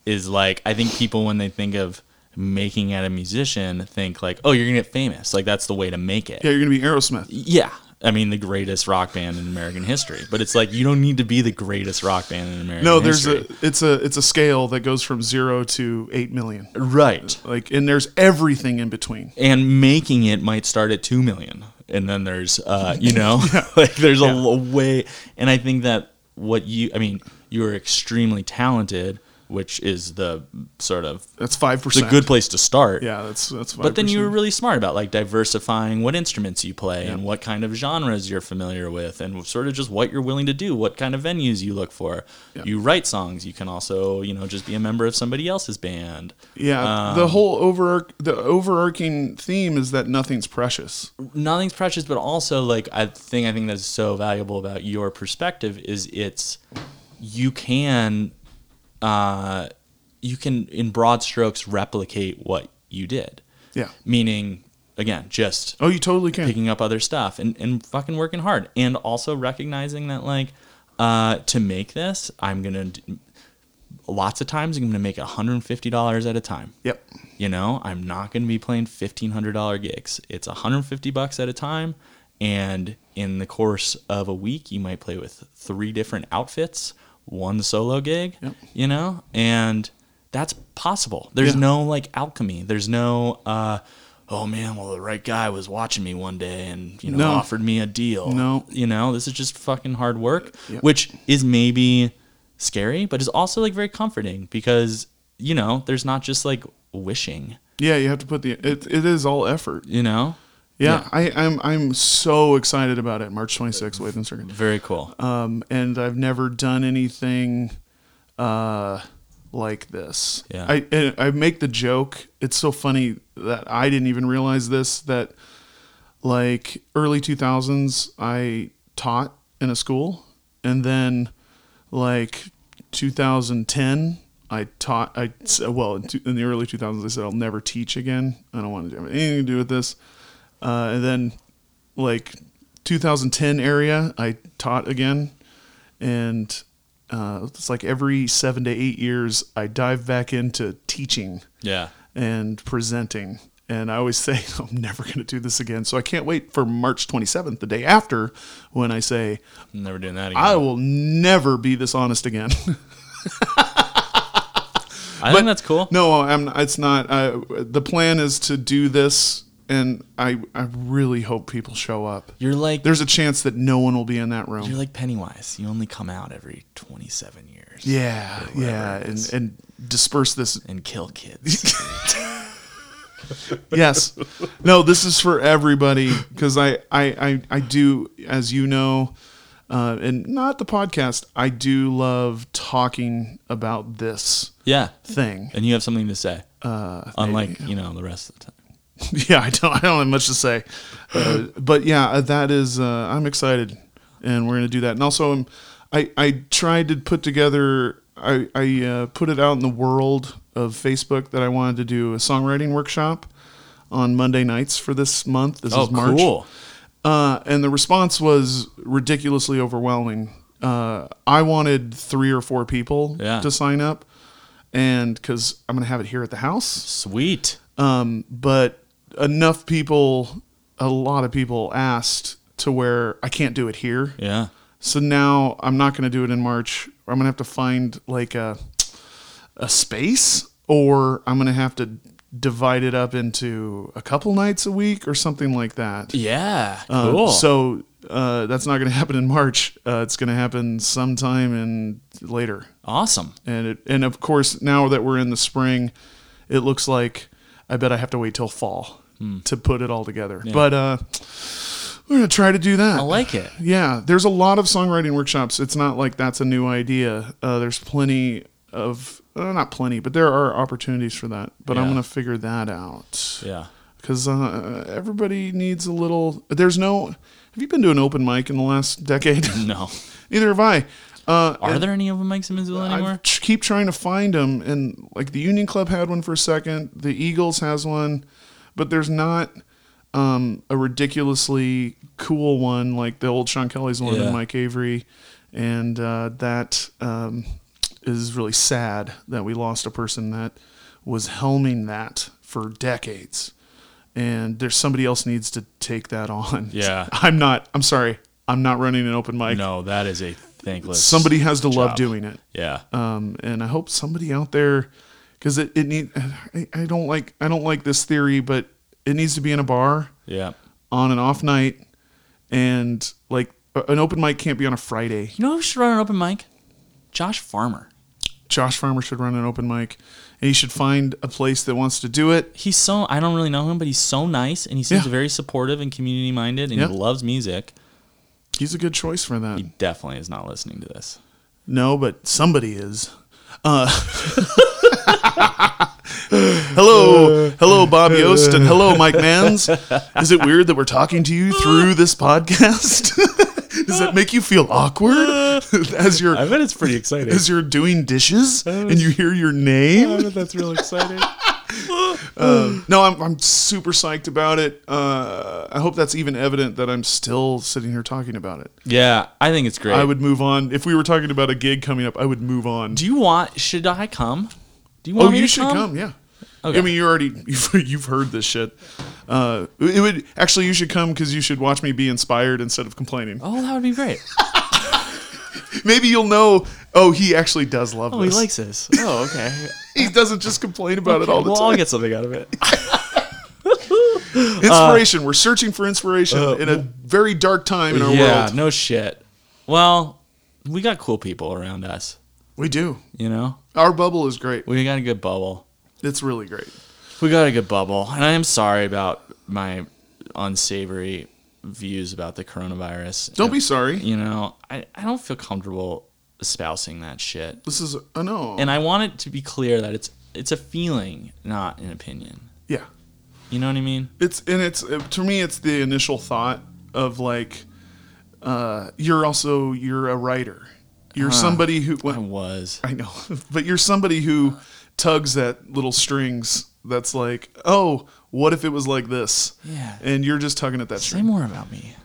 S1: Is like I think people when they think of making at a musician think like, oh, you're gonna get famous. Like that's the way to make it.
S2: Yeah, you're gonna be Aerosmith.
S1: Yeah. I mean, the greatest rock band in American history. But it's like, you don't need to be the greatest rock band in American
S2: No, there's
S1: history.
S2: a it's a it's a scale that goes from zero to eight million.
S1: Right.
S2: Like, and there's everything in between.
S1: And making it might start at 2 million. And then there's, uh, you know, like there's a l- way. And I think that what you, I mean, you are extremely talented, which is the sort of
S2: That's five
S1: the
S2: percent.
S1: good place to start.
S2: Yeah, that's that's. 5%.
S1: But then you were really smart about like diversifying what instruments you play and what kind of genres you're familiar with and sort of just what you're willing to do, what kind of venues you look for. You write songs. You can also, you know, just be a member of somebody else's band.
S2: Yeah,
S1: um,
S2: the whole over the overarching theme is that nothing's precious.
S1: Nothing's precious, but also like a thing I think that is so valuable about your perspective is it's you can uh, you can in broad strokes replicate what you did.
S2: Yeah.
S1: Meaning again, just
S2: Oh, you totally can.
S1: picking up other stuff and, and fucking working hard and also recognizing that like uh, to make this i'm gonna d- lots of times i'm gonna make $150 at a time
S2: Yep.
S1: you know i'm not gonna be playing $1500 gigs it's 150 bucks at a time and in the course of a week you might play with three different outfits one solo gig
S2: Yep.
S1: you know and that's possible there's
S2: Yeah.
S1: no like alchemy there's no uh oh man well the right guy was watching me one day and you know
S2: No.
S1: offered me a deal
S2: No.
S1: you know this is just fucking hard work
S2: Yeah.
S1: which is maybe scary but is also like very comforting because you know there's not just like wishing
S2: Yeah, you have to put the it. It is all effort.
S1: you know
S2: Yeah, I, I'm I'm so excited about it. March 26th, Wave and Circuit.
S1: very cool
S2: Um, and I've never done anything uh, like this.
S1: Yeah.
S2: I and I make the joke. It's so funny that I didn't even realize this. That like early 2000s, I taught in a school, and then like 2010. I taught. I s- well in, two, in the early 2000s. I said I'll never teach again. I don't want to have anything to do with this. Uh, and then like 2010 area, I taught again, and uh, it's like every seven to eight years, I dive back into teaching
S1: yeah
S2: and presenting. And I always say, I'm never going to do this again. So I can't wait for March 27th, the day after, when I say,
S1: I'm never doing that again
S2: I will never be this honest again.
S1: i think that's cool
S2: no, I'm, it's not. Uh, the plan is to do this, and I, I really hope people show up.
S1: you're like
S2: There's a chance that no one will be in that room.
S1: you're like pennywise you only come out every 27 years
S2: Yeah, yeah,
S1: it
S2: and and disperse this.
S1: and kill kids
S2: Yes, no, this is for everybody because I, I I I do as you know, uh, and not the podcast. I do love talking about this
S1: yeah
S2: thing.
S1: and you have something to say Uh, unlike you know the rest of the time
S2: Yeah, I don't I don't have much to say, uh, but yeah, that is uh, I'm excited, and we're gonna do that. And also, um, I I tried to put together. I I uh, put it out in the world of Facebook that I wanted to do a songwriting workshop on Monday nights for this month. This
S1: Oh,
S2: is March. Uh, and the response was ridiculously overwhelming. Uh, I wanted three or four people
S1: Yeah.
S2: to sign up, and because I'm gonna have it here at the house
S1: sweet
S2: but enough people, a lot of people asked to where I can't do it here.
S1: yeah
S2: So now I'm not going to do it in March. I'm going to have to find like a a space, or I'm going to have to divide it up into a couple nights a week or something like that.
S1: yeah
S2: Uh,
S1: cool
S2: So uh, that's not going to happen in March. Uh, it's going to happen sometime in later
S1: awesome
S2: and it, and of course now that we're in the spring, it looks like I bet I have to wait till fall
S1: Hmm.
S2: to put it all together. But uh, we're gonna try to do that.
S1: i like it
S2: yeah, there's a lot of songwriting workshops. It's not like that's a new idea. Uh, there's plenty of uh, not plenty, but there are opportunities for that. But I'm
S1: Yeah.
S2: gonna figure that out
S1: yeah
S2: because uh, everybody needs a little. There's no. Have you been to an open mic in the last decade?
S1: no
S2: Neither have I. Uh,
S1: Are there any open mics in Missoula
S2: I
S1: anymore?
S2: tr- keep trying to find them, and like the Union Club had one for a second. The Eagles has one, but there's not um, a ridiculously cool one like the old Sean Kelly's one
S1: Yeah.
S2: and Mike Avery, and uh, that um, is really sad that we lost a person that was helming that for decades. And there's somebody else needs to take that on.
S1: Yeah.
S2: I'm not, I'm sorry. I'm not running an open mic.
S1: no, that is a thankless.
S2: Somebody has to love
S1: job.
S2: doing it
S1: Yeah.
S2: um, and I hope somebody out there because it, it need I, I don't like I don't like this theory, but it needs to be in a bar
S1: Yeah.
S2: on an off night, and like a- an open mic can't be on a Friday.
S1: You know who should run an open mic? Josh Farmer.
S2: Josh Farmer should run an open mic, and he should find a place that wants to do it.
S1: He's so I don't really know him, but he's so nice and he seems
S2: Yeah.
S1: very supportive and community minded and
S2: Yeah.
S1: he loves music.
S2: He's a good choice for that.
S1: He definitely is not listening to this.
S2: No, but somebody is. Uh, hello, hello, Bob Yost, and hello, Mike Mans. Is it weird that we're talking to you through this podcast? Does that make you feel awkward as
S4: I
S2: you're
S4: bet it's pretty exciting.
S2: as you're doing dishes and you hear your name?
S1: Um,
S4: I bet that's real exciting.
S2: No, I'm, I'm super psyched about it. Uh, I hope that's even evident that I'm still sitting here talking about it.
S1: Yeah, I think it's great.
S2: I would move on if we were talking about a gig coming up. I would move on.
S1: Do you want? Should I come? Do you want
S2: Oh,
S1: me
S2: you
S1: to
S2: should
S1: come?
S2: come? yeah.
S1: Okay.
S2: I mean, you already you've, you've heard this shit. Uh, it would actually you should come because you should watch me be inspired instead of complaining.
S1: Oh, that would be great.
S2: Maybe you'll know. Oh, he actually does love.
S4: Oh, he
S2: this.
S4: likes this. Oh, okay.
S2: He doesn't just complain about it all the
S4: well, I'll
S2: time.
S4: get something out of it.
S2: Inspiration. We're searching for inspiration in a very dark time in our
S1: yeah,
S2: world.
S1: no shit. Well, we got cool people around us.
S2: We do.
S1: You know,
S2: Our bubble is great.
S1: we got a good bubble.
S2: It's really great.
S1: We got a good bubble, and I am sorry about my unsavory views about the coronavirus.
S2: Don't be sorry.
S1: You know, I, I don't feel comfortable espousing that shit,
S2: This is oh no.
S1: and I want it to be clear that it's it's a feeling, not an opinion.
S2: yeah.
S1: You know what I mean?
S2: It's and it's uh, to me it's the initial thought of like uh, you're also you're a writer. You're somebody who
S1: I was.
S2: I know, but you're somebody who tugs at little strings. That's like, oh, what if it was like this?
S1: Yeah.
S2: and you're just tugging at that
S1: Say
S2: string.
S1: more about me.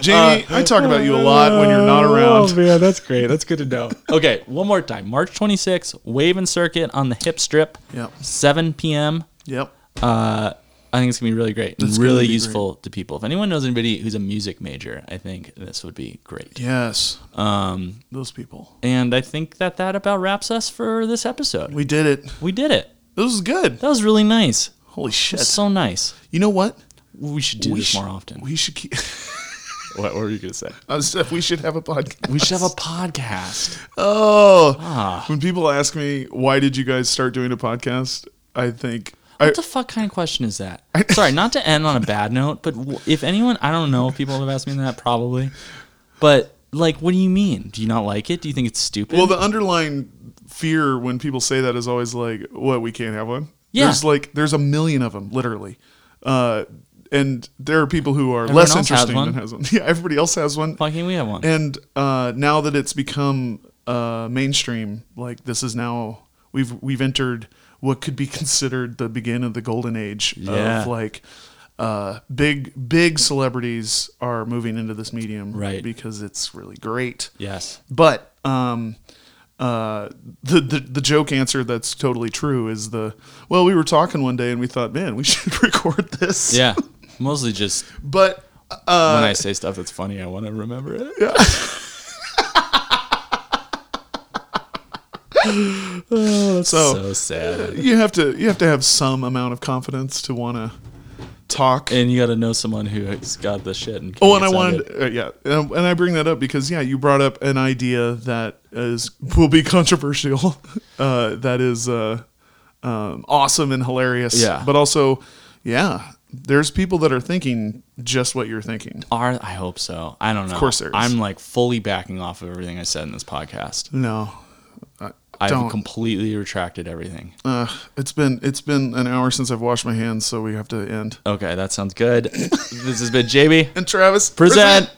S2: Jamie, I talk about you a lot when you're not
S4: Oh
S2: around.
S4: man, that's great. That's good to know.
S1: Okay, one more time. March 26th, Wave and Circuit on the Hip Strip.
S2: Yep.
S1: 7 p.m.
S2: Yep,
S1: I think it's gonna be really great and
S2: It's gonna
S1: really
S2: be
S1: useful to people. If anyone knows anybody who's a music major, I think this would be great.
S2: yes. Um, those people.
S1: And I think that that about wraps us for this episode. We,
S2: We did it.
S1: did it.
S2: This was good.
S1: That was really nice.
S2: Holy shit!
S1: That's so nice.
S2: you know what?
S1: We should do
S2: We
S1: this
S2: sh-
S1: more often. We,
S2: We should keep.
S4: What, what were you gonna say?
S2: I was- we should have a podcast.
S1: should have a podcast.
S2: Oh,
S1: Ah.
S2: when people ask me why did you guys start doing a podcast, I think I,
S1: What the fuck kind of question is that? Sorry, not to end on a bad note, but w- if anyone, I don't know if people have asked me that probably, but like, what do you mean? Do you not like it? Do you think it's stupid?
S2: Well, the underlying fear when people say that is always like, "What? We can't have one."
S1: Yeah.
S2: There's like, there's a million of them, literally, uh, and there are people who are less
S1: else has
S2: interesting
S1: one.
S2: than has one. Yeah, everybody else has one.
S1: Why can't we have one?
S2: And uh, now that it's become uh, mainstream, like this is now we've we've entered what could be considered the beginning of the golden age
S1: Yeah.
S2: of like uh, big big celebrities are moving into this medium,
S1: Right.
S2: Because it's really great.
S1: yes.
S2: But um, uh, the, the the joke answer that's totally true is the well, we were talking one day and we thought, man, we should record this.
S1: Yeah. Mostly just
S2: But uh,
S1: when I say stuff that's funny, I want to remember it.
S2: so,
S1: So sad.
S2: you have to you have to have some amount of confidence to want to talk.
S1: And you got to know someone who's got the shit. And
S2: oh, and I
S1: wanted.
S2: wanted uh, yeah, and, and I bring that up because yeah, you brought up an idea that is will be controversial. Uh, that is uh, um, awesome and hilarious.
S1: Yeah.
S2: but also yeah. There's people that are thinking just what you're thinking.
S1: Are I hope so. I don't know. Of
S2: course there is.
S1: I'm like fully backing off of everything I said in this podcast.
S2: No,
S1: I've
S2: Don't.
S1: completely retracted everything.
S2: Uh, it's been it's been an hour since I've washed my hands, so we have to end.
S1: Okay, that sounds good. this has been JB.
S2: And Travis
S1: Present.